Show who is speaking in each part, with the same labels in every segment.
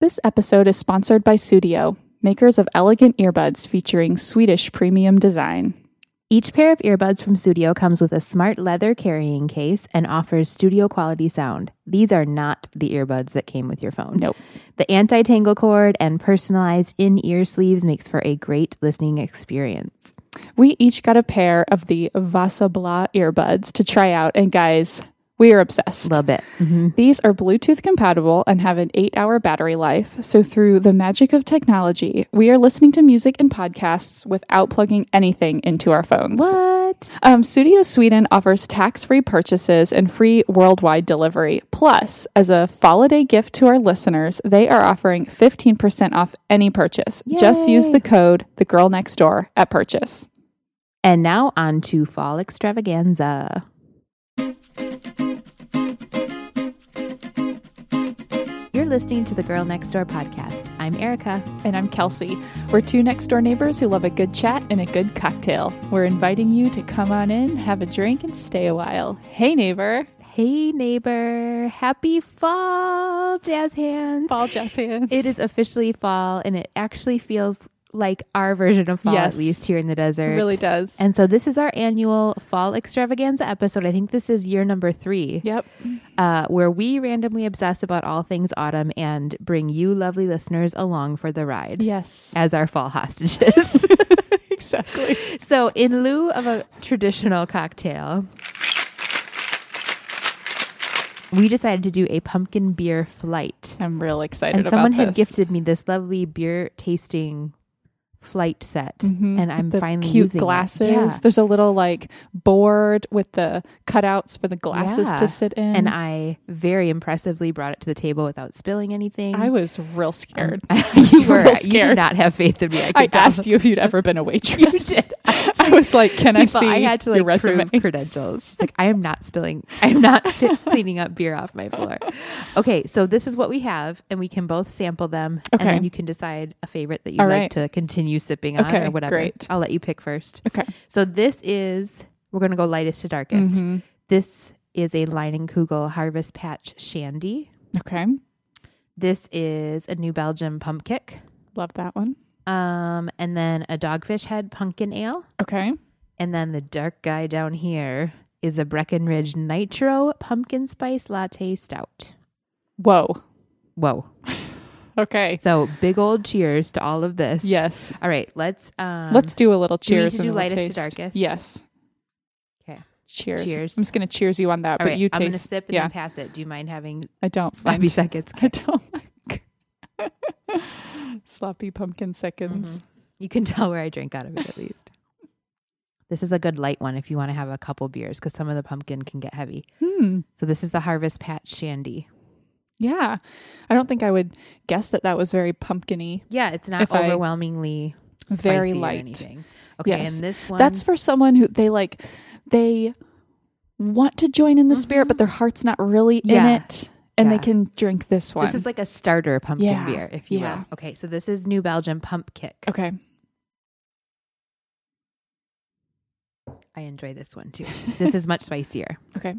Speaker 1: This episode is sponsored by Studio, makers of elegant earbuds featuring Swedish premium design.
Speaker 2: Each pair of earbuds from Studio comes with a smart leather carrying case and offers studio quality sound. These are not the earbuds that came with your phone.
Speaker 1: Nope.
Speaker 2: The anti-tangle cord and personalized in-ear sleeves makes for a great listening experience.
Speaker 1: We each got a pair of the Vasabla earbuds to try out, and guys, we are obsessed.
Speaker 2: Love it. Mhm.
Speaker 1: These are Bluetooth compatible and have an eight hour battery life. So, through the magic of technology, we are listening to music and podcasts without plugging anything into our phones.
Speaker 2: What?
Speaker 1: Um, Studio Sweden offers tax free purchases and free worldwide delivery. Plus, as a holiday gift to our listeners, they are offering 15% off any purchase. Just
Speaker 2: Yay.
Speaker 1: use the code The Girl Next Door at purchase.
Speaker 2: And now on to fall extravaganza. You're listening to the Girl Next Door podcast. I'm Erica.
Speaker 1: And I'm Kelsey. We're two next door neighbors who love a good chat and a good cocktail. We're inviting you to come on in, have a drink, and stay a while. Hey, neighbor.
Speaker 2: Hey, neighbor. Happy fall, jazz hands.
Speaker 1: Fall jazz hands.
Speaker 2: It is officially fall, and it actually feels like our version of fall,
Speaker 1: Yes.
Speaker 2: at least here in the
Speaker 1: It
Speaker 2: desert.
Speaker 1: really does.
Speaker 2: And so, this is our annual fall extravaganza episode. I think this is year number three.
Speaker 1: yep.
Speaker 2: uh, where we randomly obsess about all things autumn and bring you lovely listeners along for the ride
Speaker 1: Yes.
Speaker 2: as our fall hostages.
Speaker 1: exactly.
Speaker 2: so, in lieu of a traditional cocktail, we decided to do a pumpkin beer flight.
Speaker 1: I'm real excited
Speaker 2: And
Speaker 1: about
Speaker 2: someone had
Speaker 1: this.
Speaker 2: gifted me this lovely beer tasting flight set,
Speaker 1: Mhm.
Speaker 2: and I'm
Speaker 1: the
Speaker 2: finally
Speaker 1: cute
Speaker 2: using it.
Speaker 1: glasses.
Speaker 2: Yeah.
Speaker 1: There's a little like board with the cutouts for the glasses
Speaker 2: Yeah.
Speaker 1: to sit in.
Speaker 2: And I very impressively brought it to the table without spilling anything. Um,
Speaker 1: I was real scared.
Speaker 2: you
Speaker 1: were
Speaker 2: were
Speaker 1: real
Speaker 2: you
Speaker 1: scared.
Speaker 2: did not have faith in me. I, could
Speaker 1: I
Speaker 2: tell.
Speaker 1: asked you if you'd ever been a waitress.
Speaker 2: did.
Speaker 1: I was like, "Can I
Speaker 2: People,
Speaker 1: see
Speaker 2: I had to
Speaker 1: your
Speaker 2: like
Speaker 1: resume?"
Speaker 2: prove credentials. She's like, I am not spilling. I am not cleaning up beer off my floor. Okay, so this is what we have, and we can both sample them,
Speaker 1: Okay.
Speaker 2: and then you can decide a favorite that you
Speaker 1: All
Speaker 2: would
Speaker 1: right.
Speaker 2: like to continue sipping on
Speaker 1: Okay,
Speaker 2: or whatever.
Speaker 1: great.
Speaker 2: I'll let you pick first.
Speaker 1: Okay.
Speaker 2: So this is we're gonna go lightest to darkest.
Speaker 1: Mhm.
Speaker 2: This is a Leinenkugel Harvest Patch Shandy.
Speaker 1: Okay.
Speaker 2: This is a New Belgium Pump Kick.
Speaker 1: Love that one.
Speaker 2: Um, and then a dogfish head pumpkin ale.
Speaker 1: Okay.
Speaker 2: And then the dark guy down here is a Breckenridge Nitro Pumpkin Spice Latte Stout.
Speaker 1: Whoa.
Speaker 2: Whoa.
Speaker 1: Okay.
Speaker 2: So big old cheers to all of this.
Speaker 1: Yes.
Speaker 2: All right, let's um
Speaker 1: Let's do a little
Speaker 2: do we need
Speaker 1: cheers.
Speaker 2: to do
Speaker 1: and a little
Speaker 2: lightest to
Speaker 1: taste.
Speaker 2: darkest?
Speaker 1: Yes.
Speaker 2: Okay.
Speaker 1: Cheers.
Speaker 2: Cheers.
Speaker 1: I'm just gonna cheers you on that,
Speaker 2: all
Speaker 1: but
Speaker 2: right,
Speaker 1: you
Speaker 2: I'm
Speaker 1: taste.
Speaker 2: gonna sip and
Speaker 1: yeah.
Speaker 2: then pass it. Do you mind having
Speaker 1: I don't.
Speaker 2: sloppy
Speaker 1: mind.
Speaker 2: seconds?
Speaker 1: I don't like sloppy pumpkin seconds.
Speaker 2: You can tell where I drink out of it at least. This is a good light one if you want to have a couple beers because some of the pumpkin can get heavy.
Speaker 1: Hmm.
Speaker 2: So this is the Harvest Patch Shandy.
Speaker 1: Yeah. I don't think I would guess that that was very pumpkiny.
Speaker 2: Yeah, it's not
Speaker 1: If I-
Speaker 2: overwhelmingly
Speaker 1: Very
Speaker 2: spicy or
Speaker 1: light.
Speaker 2: anything. Okay,
Speaker 1: Yes.
Speaker 2: and this one
Speaker 1: That's for someone who they like they want to join in the spirit but their heart's not really in
Speaker 2: Mm-hmm. Yeah.
Speaker 1: it and they
Speaker 2: Yeah.
Speaker 1: can drink this one.
Speaker 2: This is like a starter pumpkin
Speaker 1: Yeah,
Speaker 2: beer, if you
Speaker 1: yeah. Oh.
Speaker 2: will. Okay, so this is New Belgium Pump Kick.
Speaker 1: okay.
Speaker 2: I enjoy this one too. This is much spicier.
Speaker 1: Okay.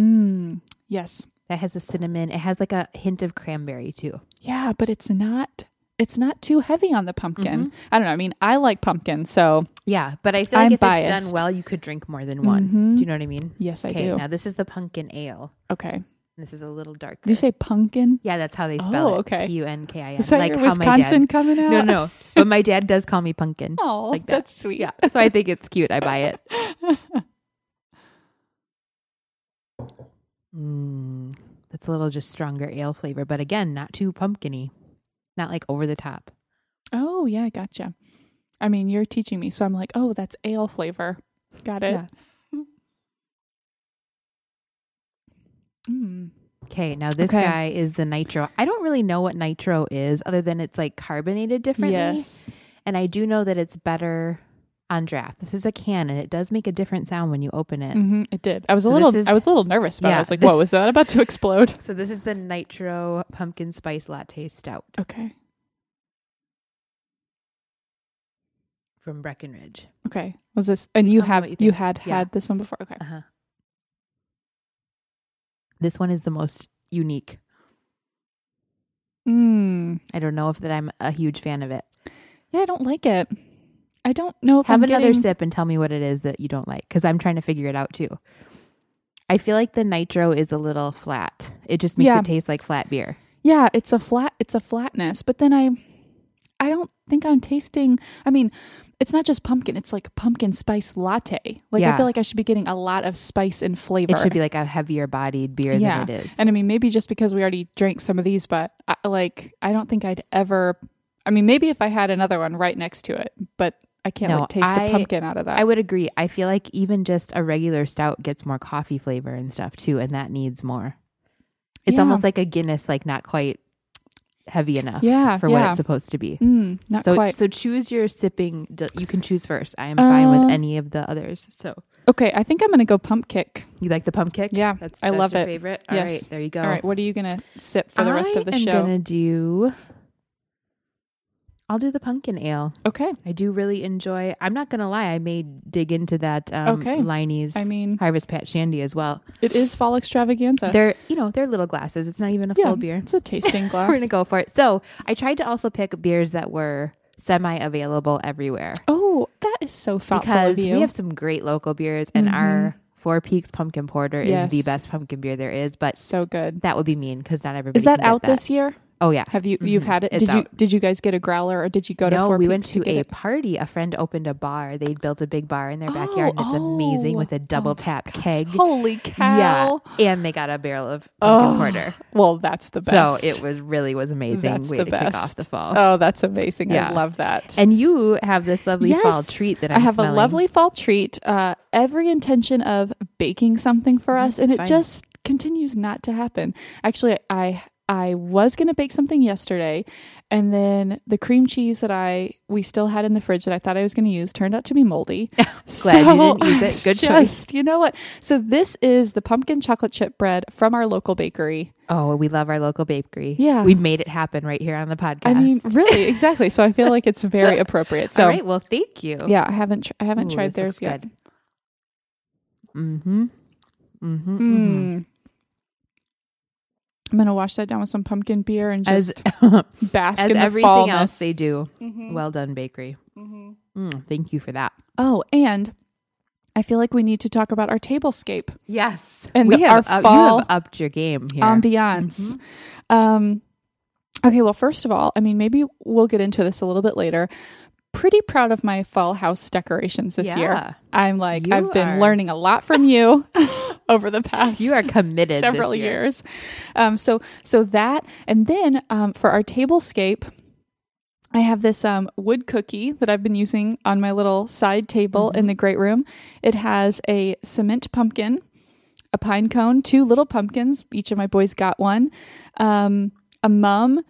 Speaker 1: Mm. Yes.
Speaker 2: That has a cinnamon. It has like a hint of cranberry too.
Speaker 1: Yeah, but it's not it's not too heavy on the pumpkin.
Speaker 2: Mm-hmm.
Speaker 1: I don't know. I mean, I like pumpkin, so
Speaker 2: Yeah, but I feel like
Speaker 1: I'm
Speaker 2: if it's
Speaker 1: biased.
Speaker 2: done well, you could drink more than one.
Speaker 1: Mhm.
Speaker 2: Do you know what I mean?
Speaker 1: yes, I
Speaker 2: okay,
Speaker 1: do.
Speaker 2: now this is the pumpkin ale.
Speaker 1: Okay.
Speaker 2: This is a little darker.
Speaker 1: Do you say pumpkin?
Speaker 2: Yeah, that's how they spell
Speaker 1: Oh,
Speaker 2: it.
Speaker 1: okay.
Speaker 2: P U N K I N.
Speaker 1: Is that
Speaker 2: Like
Speaker 1: your
Speaker 2: how
Speaker 1: Wisconsin coming
Speaker 2: my
Speaker 1: out?
Speaker 2: dad. No, no. But my dad does call me pumpkin.
Speaker 1: Oh,
Speaker 2: Like that.
Speaker 1: that's sweet.
Speaker 2: Yeah, so I think it's cute. I buy it. Mm, that's a little just stronger ale flavor, but again, not too pumpkiny, not like over the top.
Speaker 1: Oh, yeah, gotcha. I mean, you're teaching me, so I'm like, oh, that's ale flavor. Got it.
Speaker 2: Yeah.
Speaker 1: Mm.
Speaker 2: Okay, now this
Speaker 1: Okay.
Speaker 2: guy is the nitro. I don't really know what nitro is, other than it's like carbonated differently.
Speaker 1: Yes.
Speaker 2: And I do know that it's better on draft. This is a can, and it does make a different sound when you open it.
Speaker 1: hmm it did. I was a
Speaker 2: So
Speaker 1: little.
Speaker 2: this is-
Speaker 1: I was a little nervous, but I
Speaker 2: Yeah.
Speaker 1: was like, "Whoa, is that about to explode?"
Speaker 2: So this is the nitro pumpkin spice latte stout
Speaker 1: Okay.
Speaker 2: from Breckenridge.
Speaker 1: Okay. Was this? And you
Speaker 2: Tell me
Speaker 1: have
Speaker 2: what you
Speaker 1: you
Speaker 2: think.
Speaker 1: had
Speaker 2: Yeah.
Speaker 1: had this one before? Okay.
Speaker 2: Uh huh. This one is the most unique.
Speaker 1: Mm.
Speaker 2: I don't know if that I'm a huge fan of it.
Speaker 1: Yeah, I don't like it. I don't know if
Speaker 2: Have
Speaker 1: I'm
Speaker 2: another
Speaker 1: getting-
Speaker 2: sip and tell me what it is that you don't like because I'm trying to figure it out too. I feel like the nitro is a little flat. It just makes
Speaker 1: Yeah.
Speaker 2: it taste like flat beer.
Speaker 1: Yeah, it's a flat it's a flatness, but then I I don't think I'm tasting I mean, it's not just pumpkin, it's like pumpkin spice latte. Like I
Speaker 2: Yeah.
Speaker 1: feel like I should be getting a lot of spice and flavor.
Speaker 2: It should be like a heavier bodied beer
Speaker 1: yeah.
Speaker 2: than it is.
Speaker 1: And I mean, maybe just because we already drank some of these, but I, like I don't think I'd ever I mean, maybe if I had another one right next to it, but I can't
Speaker 2: No,
Speaker 1: like taste a
Speaker 2: I-
Speaker 1: pumpkin out of that.
Speaker 2: I would agree. I feel like even just a regular stout gets more coffee flavor and stuff too, and that needs more. It's
Speaker 1: Yeah.
Speaker 2: almost like a Guinness, like not quite heavy enough
Speaker 1: Yeah,
Speaker 2: for
Speaker 1: yeah.
Speaker 2: what it's supposed to be.
Speaker 1: Mm, not
Speaker 2: so,
Speaker 1: quite.
Speaker 2: so choose your sipping. d- You can choose first. I am fine
Speaker 1: Uh,
Speaker 2: with any of the others. So
Speaker 1: Okay, I think I'm gonna go pump kick.
Speaker 2: you like the pump kick?
Speaker 1: Yeah,
Speaker 2: that's,
Speaker 1: I
Speaker 2: that's
Speaker 1: love
Speaker 2: your
Speaker 1: it.
Speaker 2: Favorite. All right,
Speaker 1: Yes.
Speaker 2: there you go.
Speaker 1: All right, what are you gonna sip for the rest
Speaker 2: I
Speaker 1: of the
Speaker 2: am
Speaker 1: show?
Speaker 2: gonna do. I'll do the pumpkin ale.
Speaker 1: Okay.
Speaker 2: I do really enjoy. I'm not gonna lie. I may dig into that. Um,
Speaker 1: Okay.
Speaker 2: Liney's.
Speaker 1: I mean,
Speaker 2: Harvest Patch Shandy as well.
Speaker 1: it is fall extravaganza.
Speaker 2: They're you know they're little glasses. It's not even a
Speaker 1: yeah,
Speaker 2: full beer.
Speaker 1: It's a tasting glass.
Speaker 2: We're gonna go for it. So I tried to also pick beers that were semi available everywhere
Speaker 1: Oh, that is so thoughtful of
Speaker 2: because
Speaker 1: you. Mm-hmm.
Speaker 2: we have some great local beers and our Four Peaks Pumpkin Porter is the
Speaker 1: Yes.
Speaker 2: best pumpkin beer there is. But
Speaker 1: so good.
Speaker 2: that would be mean because not everybody
Speaker 1: Is that
Speaker 2: can get
Speaker 1: out this year?
Speaker 2: Oh yeah.
Speaker 1: Have you you've
Speaker 2: Mhm.
Speaker 1: had it?
Speaker 2: It's
Speaker 1: did you
Speaker 2: out.
Speaker 1: did you guys get a growler or did you go to
Speaker 2: no,
Speaker 1: Four
Speaker 2: we
Speaker 1: Peaks
Speaker 2: went to,
Speaker 1: get
Speaker 2: a
Speaker 1: it?
Speaker 2: party. A friend opened a bar. They built a big bar in their
Speaker 1: Oh,
Speaker 2: backyard, and it's amazing
Speaker 1: oh.
Speaker 2: with a double
Speaker 1: Oh my
Speaker 2: tap
Speaker 1: gosh,
Speaker 2: keg.
Speaker 1: Holy cow!
Speaker 2: Yeah, and they got a barrel of pumpkin
Speaker 1: Oh,
Speaker 2: porter.
Speaker 1: Well, that's the best.
Speaker 2: So it was really was amazing
Speaker 1: That's
Speaker 2: way
Speaker 1: the
Speaker 2: to
Speaker 1: best.
Speaker 2: kick off the fall.
Speaker 1: Oh, that's amazing. I
Speaker 2: Yeah.
Speaker 1: love that.
Speaker 2: And you have this lovely fall
Speaker 1: Yes.
Speaker 2: treat that
Speaker 1: I
Speaker 2: I'm
Speaker 1: have
Speaker 2: smelling.
Speaker 1: a lovely fall treat. Uh, every intention of baking something for us,
Speaker 2: That's
Speaker 1: and it
Speaker 2: fine.
Speaker 1: just continues not to happen. Actually, I I was gonna bake something yesterday, and then the cream cheese that I we still had in the fridge that I thought I was gonna use turned out to be moldy.
Speaker 2: Glad you didn't use it. Good choice.
Speaker 1: choice. You know what? So this is the pumpkin chocolate chip bread from our local bakery.
Speaker 2: Oh, we love our local bakery.
Speaker 1: Yeah.
Speaker 2: we made it happen right here on the podcast.
Speaker 1: I mean, really, exactly. So I feel like it's very appropriate. So
Speaker 2: all right. Well, thank you.
Speaker 1: yeah, I haven't tr- I haven't
Speaker 2: Ooh,
Speaker 1: tried
Speaker 2: this
Speaker 1: theirs
Speaker 2: looks
Speaker 1: yet.
Speaker 2: good. Mm-hmm. Mm-hmm. mm-hmm.
Speaker 1: Mm. I'm gonna wash that down with some pumpkin beer and
Speaker 2: As
Speaker 1: just
Speaker 2: as
Speaker 1: bask in the
Speaker 2: everything
Speaker 1: fallness.
Speaker 2: else they do,
Speaker 1: Mhm,
Speaker 2: well done, bakery.
Speaker 1: mhm.
Speaker 2: Mm, thank you for that.
Speaker 1: Oh, and I feel like we need to talk about our tablescape
Speaker 2: Yes,
Speaker 1: And
Speaker 2: we
Speaker 1: the-
Speaker 2: have
Speaker 1: our
Speaker 2: up-
Speaker 1: fall
Speaker 2: you have upped your game here. Mm-hmm.
Speaker 1: ambiance. Um, okay, well, first of all, I mean, maybe we'll get into this a little bit later. Pretty proud of my fall house decorations this
Speaker 2: Yeah.
Speaker 1: year. I'm like,
Speaker 2: You
Speaker 1: I've been
Speaker 2: are-
Speaker 1: learning a lot from you over the past.
Speaker 2: you are committed this
Speaker 1: several
Speaker 2: year.
Speaker 1: years. Um, so so that, and then um, for our tablescape, I have this um, wood cookie that I've been using on my little side table in
Speaker 2: Mm-hmm.
Speaker 1: the great room. It has a cement pumpkin, a pine cone, two little pumpkins. Each of my boys got one, um, a mum.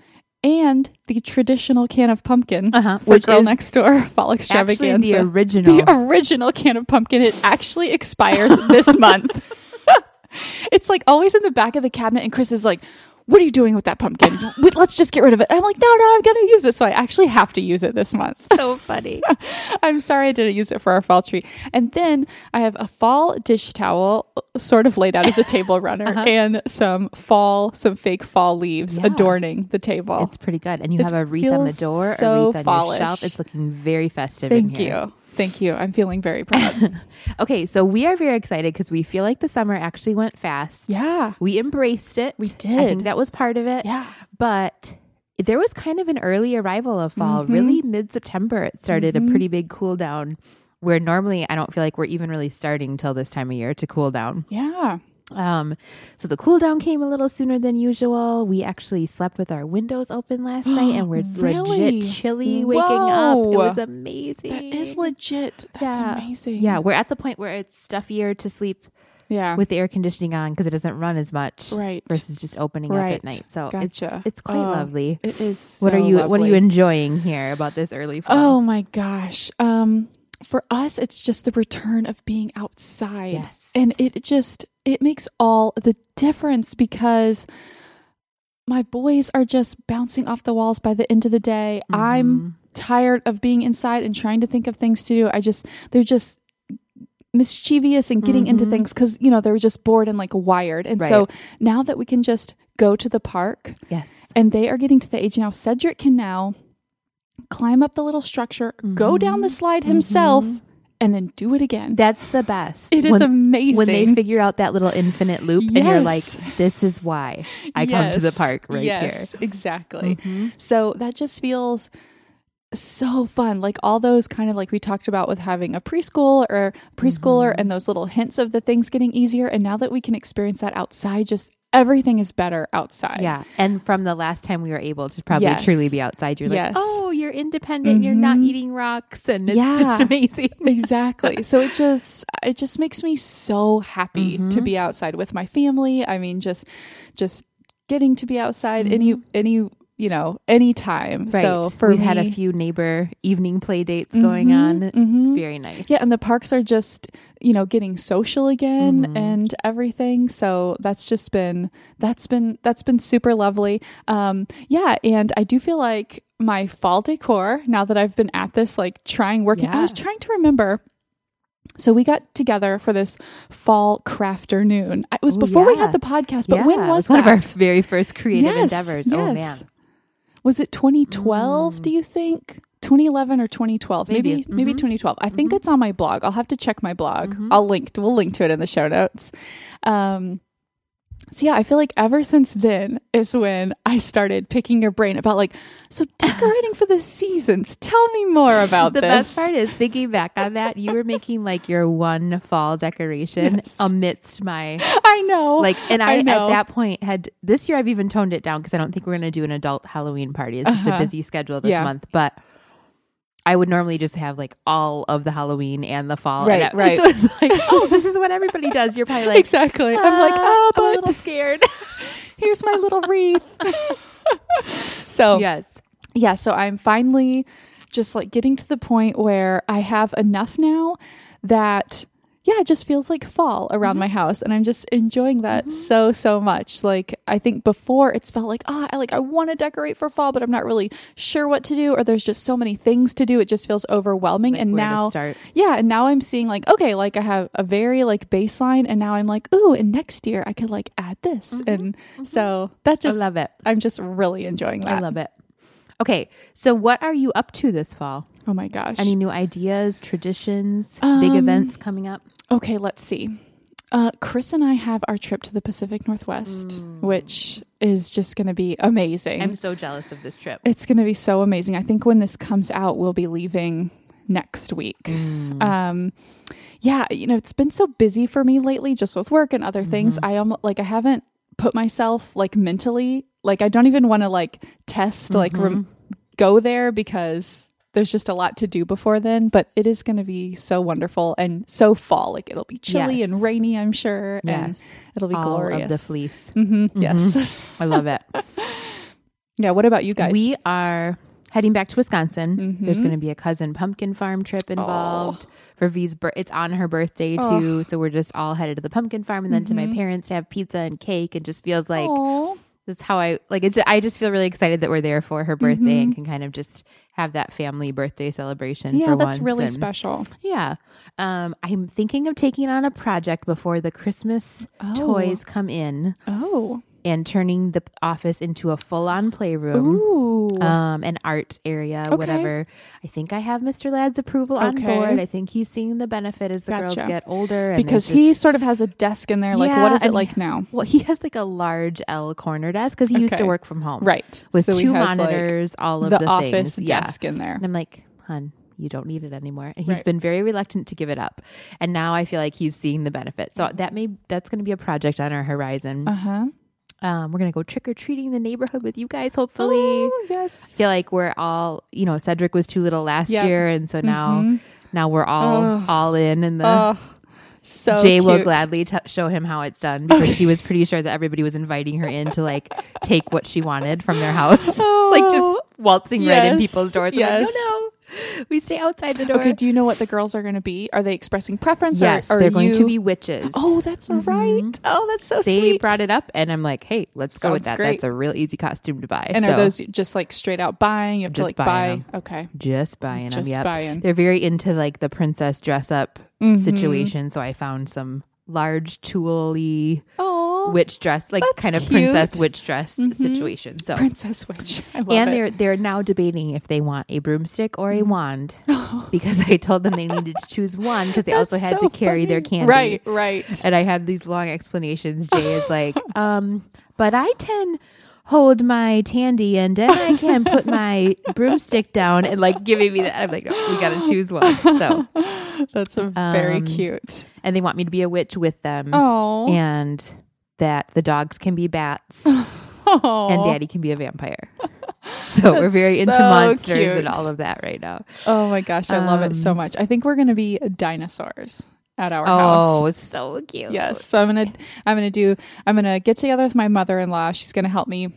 Speaker 1: And the traditional can of pumpkin
Speaker 2: Uh-huh,
Speaker 1: for
Speaker 2: which
Speaker 1: Girl
Speaker 2: is
Speaker 1: Next Door Fall
Speaker 2: Actually,
Speaker 1: Extravaganza.
Speaker 2: the original.
Speaker 1: The original can of pumpkin. It actually expires this month. it's like always in the back of the cabinet, and Chris is like, "What are you doing with that pumpkin? We- Let's just get rid of it." And I'm like, "No, no, I'm gonna use it." So I actually have to use it this month.
Speaker 2: so funny.
Speaker 1: I'm sorry I didn't use it for our fall tree. And then I have a fall dish towel uh, sort of laid out as a table runner and some fall, some fake fall leaves
Speaker 2: Yeah.
Speaker 1: adorning the table.
Speaker 2: It's pretty good. And you have a wreath on the
Speaker 1: feels
Speaker 2: door,
Speaker 1: so
Speaker 2: a wreath on your shelf.
Speaker 1: fallish.
Speaker 2: It's looking very festive in
Speaker 1: Thank
Speaker 2: here.
Speaker 1: you. Thank you. I'm feeling very proud.
Speaker 2: Okay, so we are very excited because we feel like the summer actually went fast.
Speaker 1: yeah.
Speaker 2: We embraced it. We
Speaker 1: did.
Speaker 2: I think that was part of it.
Speaker 1: Yeah.
Speaker 2: But there was kind of an early arrival of fall,
Speaker 1: Mm-hmm.
Speaker 2: really mid September. It started a pretty big cool down where normally I don't feel like we're even really starting till this time of year to cool down.
Speaker 1: Yeah.
Speaker 2: Um, so the cool down came a little sooner than usual. We actually slept with our windows open last night and we're
Speaker 1: Really?
Speaker 2: legit chilly waking up. It
Speaker 1: Whoa.
Speaker 2: was amazing.
Speaker 1: That is legit. That's
Speaker 2: Yeah.
Speaker 1: amazing.
Speaker 2: Yeah, we're at the point where it's stuffier to sleep
Speaker 1: Yeah.
Speaker 2: with the air conditioning on because it doesn't run as much
Speaker 1: right.
Speaker 2: versus just opening up
Speaker 1: Right.
Speaker 2: at night. So
Speaker 1: Gotcha.
Speaker 2: it's, it's quite
Speaker 1: Oh,
Speaker 2: lovely.
Speaker 1: It is.
Speaker 2: what are
Speaker 1: so
Speaker 2: you What are you
Speaker 1: lovely.
Speaker 2: enjoying here about this early fall?
Speaker 1: Oh my gosh. Um for us it's just the return of being outside.
Speaker 2: Yes.
Speaker 1: And it just it makes all the difference because my boys are just bouncing off the walls by the end of the day.
Speaker 2: Mm-hmm.
Speaker 1: I'm tired of being inside and trying to think of things to do. I just they're just mischievous and getting into
Speaker 2: Mhm.
Speaker 1: things because you know they were just bored and like wired. And so now that we can just go to the park
Speaker 2: Yes.
Speaker 1: and they are getting to the age now Cedric can now climb up the little structure, go down
Speaker 2: Mm-hmm.
Speaker 1: the slide himself, and then do it again.
Speaker 2: That's the best.
Speaker 1: it is
Speaker 2: Mm-hmm. When-
Speaker 1: amazing.
Speaker 2: When they figure out that little infinite loop, and you're like,
Speaker 1: Yes.
Speaker 2: this is why I come to the
Speaker 1: Yes.
Speaker 2: park right
Speaker 1: yes, Exactly.
Speaker 2: here. Mhm.
Speaker 1: So that just feels so fun. Like all those kind of like we talked about with having a preschool or preschooler
Speaker 2: Mm-hmm.
Speaker 1: and those little hints of the things getting easier. And now that we can experience that outside, just everything is better outside.
Speaker 2: Yeah. And from the last time we were able to probably
Speaker 1: Yes.
Speaker 2: truly be outside, you're
Speaker 1: Yes.
Speaker 2: like, oh, you're independent. You're not
Speaker 1: Mhm.
Speaker 2: eating rocks. And it's
Speaker 1: Yeah.
Speaker 2: just amazing.
Speaker 1: exactly so it just it just makes me so happy to
Speaker 2: Mm-hmm.
Speaker 1: be outside with my family i mean just just getting to be outside any any you know any time so for
Speaker 2: Mm-hmm. We've
Speaker 1: me,
Speaker 2: had a few neighbor evening play dates going on. It's
Speaker 1: mhm.
Speaker 2: very nice.
Speaker 1: Mm-hmm. yeah and the parks are just you know getting social again
Speaker 2: Mm-hmm.
Speaker 1: and everything so that's just been that's been that's been super lovely um yeah and i do feel like my fall decor now that i've been at this like trying working i was
Speaker 2: Yeah.
Speaker 1: trying to remember so we got together for this fall crafternoon. It was
Speaker 2: Ooh,
Speaker 1: before we
Speaker 2: yeah.
Speaker 1: had the podcast, but when
Speaker 2: Yeah, it
Speaker 1: was,
Speaker 2: one
Speaker 1: that?
Speaker 2: of our very first creative
Speaker 1: Yes,
Speaker 2: endeavors? Oh
Speaker 1: yes.
Speaker 2: man, Mm.
Speaker 1: Was it 2012, do you think? 2011 or 2012? Maybe maybe,
Speaker 2: Maybe. Mhm.
Speaker 1: 2012. I think it's on my blog. I'll have to check my blog.
Speaker 2: Mm-hmm.
Speaker 1: I'll link to, we'll link to it in the show notes. Um so yeah, I feel like ever since then is when I started picking your brain about like so decorating for the seasons. Tell me more about
Speaker 2: the
Speaker 1: this.
Speaker 2: best part is thinking back on that, you were making like your one fall decoration
Speaker 1: Yes.
Speaker 2: amidst my
Speaker 1: I know.
Speaker 2: like, and
Speaker 1: I
Speaker 2: I, at
Speaker 1: know.
Speaker 2: that point had this year I've even toned it down because I don't think we're going to do an adult Halloween party. It's just
Speaker 1: Uh-huh.
Speaker 2: a busy schedule this
Speaker 1: Yeah.
Speaker 2: month, but. I would normally just have like all of the Halloween and the fall.
Speaker 1: Right,
Speaker 2: and I-
Speaker 1: right.
Speaker 2: So it's like, oh, this is what everybody does. You're probably like,
Speaker 1: exactly. I'm like,
Speaker 2: "Uh,
Speaker 1: "Oh,
Speaker 2: I'm a
Speaker 1: but
Speaker 2: little scared.
Speaker 1: here's my little wreath." so,
Speaker 2: yes.
Speaker 1: yeah, so I'm finally just like getting to the point where I have enough now that yeah, it just feels like fall around
Speaker 2: Mm-hmm.
Speaker 1: my house and I'm just enjoying that so so much. Like I think before it's felt like, ah, I like I want to decorate for fall, but I'm not really sure what to do or there's just so many things to do. It just feels overwhelming and
Speaker 2: where to
Speaker 1: now
Speaker 2: start.
Speaker 1: yeah, and now I'm seeing like okay, like I have a very like baseline and now I'm like, ooh, and next year I could like add this and so that just
Speaker 2: Mm-hmm. I love it.
Speaker 1: I'm just really enjoying that.
Speaker 2: I love it. Okay, so what are you up to this fall?
Speaker 1: oh my gosh.
Speaker 2: Any new ideas, traditions,
Speaker 1: Um,
Speaker 2: big events coming up?
Speaker 1: Okay, let's see. Uh, Chris and I have our trip to the Pacific Northwest, which is just going to be amazing.
Speaker 2: I'm so jealous of this trip.
Speaker 1: it's going to be so amazing. I think when this comes out, we'll be leaving next week.
Speaker 2: Mm.
Speaker 1: Um, yeah, you know, it's been so busy for me lately, just with work and other things.
Speaker 2: Mm-hmm.
Speaker 1: I almost like I haven't put myself like mentally like I don't even want to like test like rem-
Speaker 2: Mm-hmm.
Speaker 1: go there because there's just a lot to do before then. But it is going to be so wonderful and so fall. Like it'll be chilly
Speaker 2: Yes.
Speaker 1: and rainy, I'm sure, and
Speaker 2: Yes.
Speaker 1: it'll be
Speaker 2: All
Speaker 1: glorious.
Speaker 2: of the Mm-hmm. fleece.
Speaker 1: Mhm, Yes.
Speaker 2: I love it.
Speaker 1: yeah. What about you guys?
Speaker 2: we are heading back to Wisconsin. There's
Speaker 1: Mhm.
Speaker 2: going to be a cousin pumpkin farm trip
Speaker 1: Oh.
Speaker 2: involved for V's birth. It's on her birthday too,
Speaker 1: Oh.
Speaker 2: so we're just all headed to the pumpkin farm and then to my
Speaker 1: Mm-hmm.
Speaker 2: parents to have pizza and cake. It just feels like
Speaker 1: Aw.
Speaker 2: That's how I like it. ju- I just feel really excited that we're there for her birthday and can kind of just have that family birthday celebration.
Speaker 1: Mm-hmm. yeah,
Speaker 2: for
Speaker 1: that's
Speaker 2: once
Speaker 1: really
Speaker 2: and-
Speaker 1: special.
Speaker 2: Yeah, um, I'm thinking of taking on a project before the Christmas
Speaker 1: Oh.
Speaker 2: toys come in
Speaker 1: Oh.
Speaker 2: and turning the office into a full-on playroom.
Speaker 1: Ooh.
Speaker 2: Um, an art area, whatever. I think I have Mr. Ladd's approval on
Speaker 1: Okay.
Speaker 2: board. I think he's seeing the benefit as the girls
Speaker 1: Gotcha.
Speaker 2: get older. And
Speaker 1: because
Speaker 2: there's just-
Speaker 1: he sort of has a desk in there. Like, what
Speaker 2: Yeah,
Speaker 1: is it
Speaker 2: and
Speaker 1: like
Speaker 2: he-
Speaker 1: now?
Speaker 2: well, he has like a large L corner desk because he used
Speaker 1: Okay.
Speaker 2: to work from home,
Speaker 1: Right.
Speaker 2: with
Speaker 1: So he
Speaker 2: two
Speaker 1: has, like,
Speaker 2: monitors, all
Speaker 1: the,
Speaker 2: of the,
Speaker 1: office
Speaker 2: things.
Speaker 1: desk in there.
Speaker 2: And I'm like, hun, you don't need it anymore. And he's
Speaker 1: Right.
Speaker 2: been very reluctant to give it up. And now I feel like he's seeing the benefit. So that may that's going to be a project on our horizon.
Speaker 1: Uh huh.
Speaker 2: Um, we're going to go trick or treating the neighborhood with you guys. Hopefully,
Speaker 1: Oh, yes.
Speaker 2: feel like we're all you know. Cedric was too little last
Speaker 1: Yeah.
Speaker 2: year, and so now now we're all
Speaker 1: Mm-hmm. Ugh.
Speaker 2: all in. And the
Speaker 1: Oh, so
Speaker 2: Jay will
Speaker 1: cute.
Speaker 2: gladly t- show him how it's done because she was pretty sure that everybody was inviting her in to like take what she wanted from their house, like just waltzing right
Speaker 1: Yes,
Speaker 2: in people's doors. I'm like,
Speaker 1: yes.
Speaker 2: no, no. we stay outside the door.
Speaker 1: Okay, do you know what the girls are going to be? Are they expressing preference? or
Speaker 2: yes,
Speaker 1: are
Speaker 2: they're going to
Speaker 1: you-
Speaker 2: be witches.
Speaker 1: Oh, that's right.
Speaker 2: Mhm.
Speaker 1: Oh, that's so
Speaker 2: they
Speaker 1: sweet.
Speaker 2: brought it up, and I'm like, hey, let's go with
Speaker 1: Sounds
Speaker 2: that.
Speaker 1: great.
Speaker 2: That's a real easy costume to buy.
Speaker 1: and
Speaker 2: so
Speaker 1: are those just like straight out buying? You have to
Speaker 2: Just
Speaker 1: like buy.
Speaker 2: buying
Speaker 1: Okay,
Speaker 2: just buying Mm-hmm. them?
Speaker 1: just
Speaker 2: Yep.
Speaker 1: buying.
Speaker 2: They're very into like the princess dress up
Speaker 1: Mhm.
Speaker 2: situation. So I found some large tooly
Speaker 1: Oh,
Speaker 2: witch dress, like
Speaker 1: that's
Speaker 2: kind of
Speaker 1: cute.
Speaker 2: princess witch dress
Speaker 1: Mhm.
Speaker 2: situation. So
Speaker 1: Princess Witch. I love
Speaker 2: and
Speaker 1: it. Mm.
Speaker 2: they're they're now debating if they want a broomstick or a wand
Speaker 1: Oh,
Speaker 2: because I told them they needed to choose one because they also
Speaker 1: that's
Speaker 2: had
Speaker 1: so
Speaker 2: to carry their
Speaker 1: funny.
Speaker 2: candy.
Speaker 1: Right, right.
Speaker 2: And I had these long explanations. Jay is like, um, but I can hold my tandy and then I can put my broomstick down and like giving me that. I'm like, no, we gotta choose one. So
Speaker 1: that's a very
Speaker 2: Um,
Speaker 1: cute.
Speaker 2: and they want me to be a witch with them.
Speaker 1: Oh,
Speaker 2: And that the dogs can be bats and daddy can be a vampire. So we're
Speaker 1: That's
Speaker 2: very into
Speaker 1: so
Speaker 2: monsters and
Speaker 1: cute.
Speaker 2: all of that right now.
Speaker 1: Oh my gosh, I love it so
Speaker 2: Um,
Speaker 1: much. I think we're gonna be dinosaurs at our
Speaker 2: Oh,
Speaker 1: house.
Speaker 2: it's so cute.
Speaker 1: Yes, so I'm gonna I'm gonna do I'm gonna get together with my mother-in-law. She's gonna help me.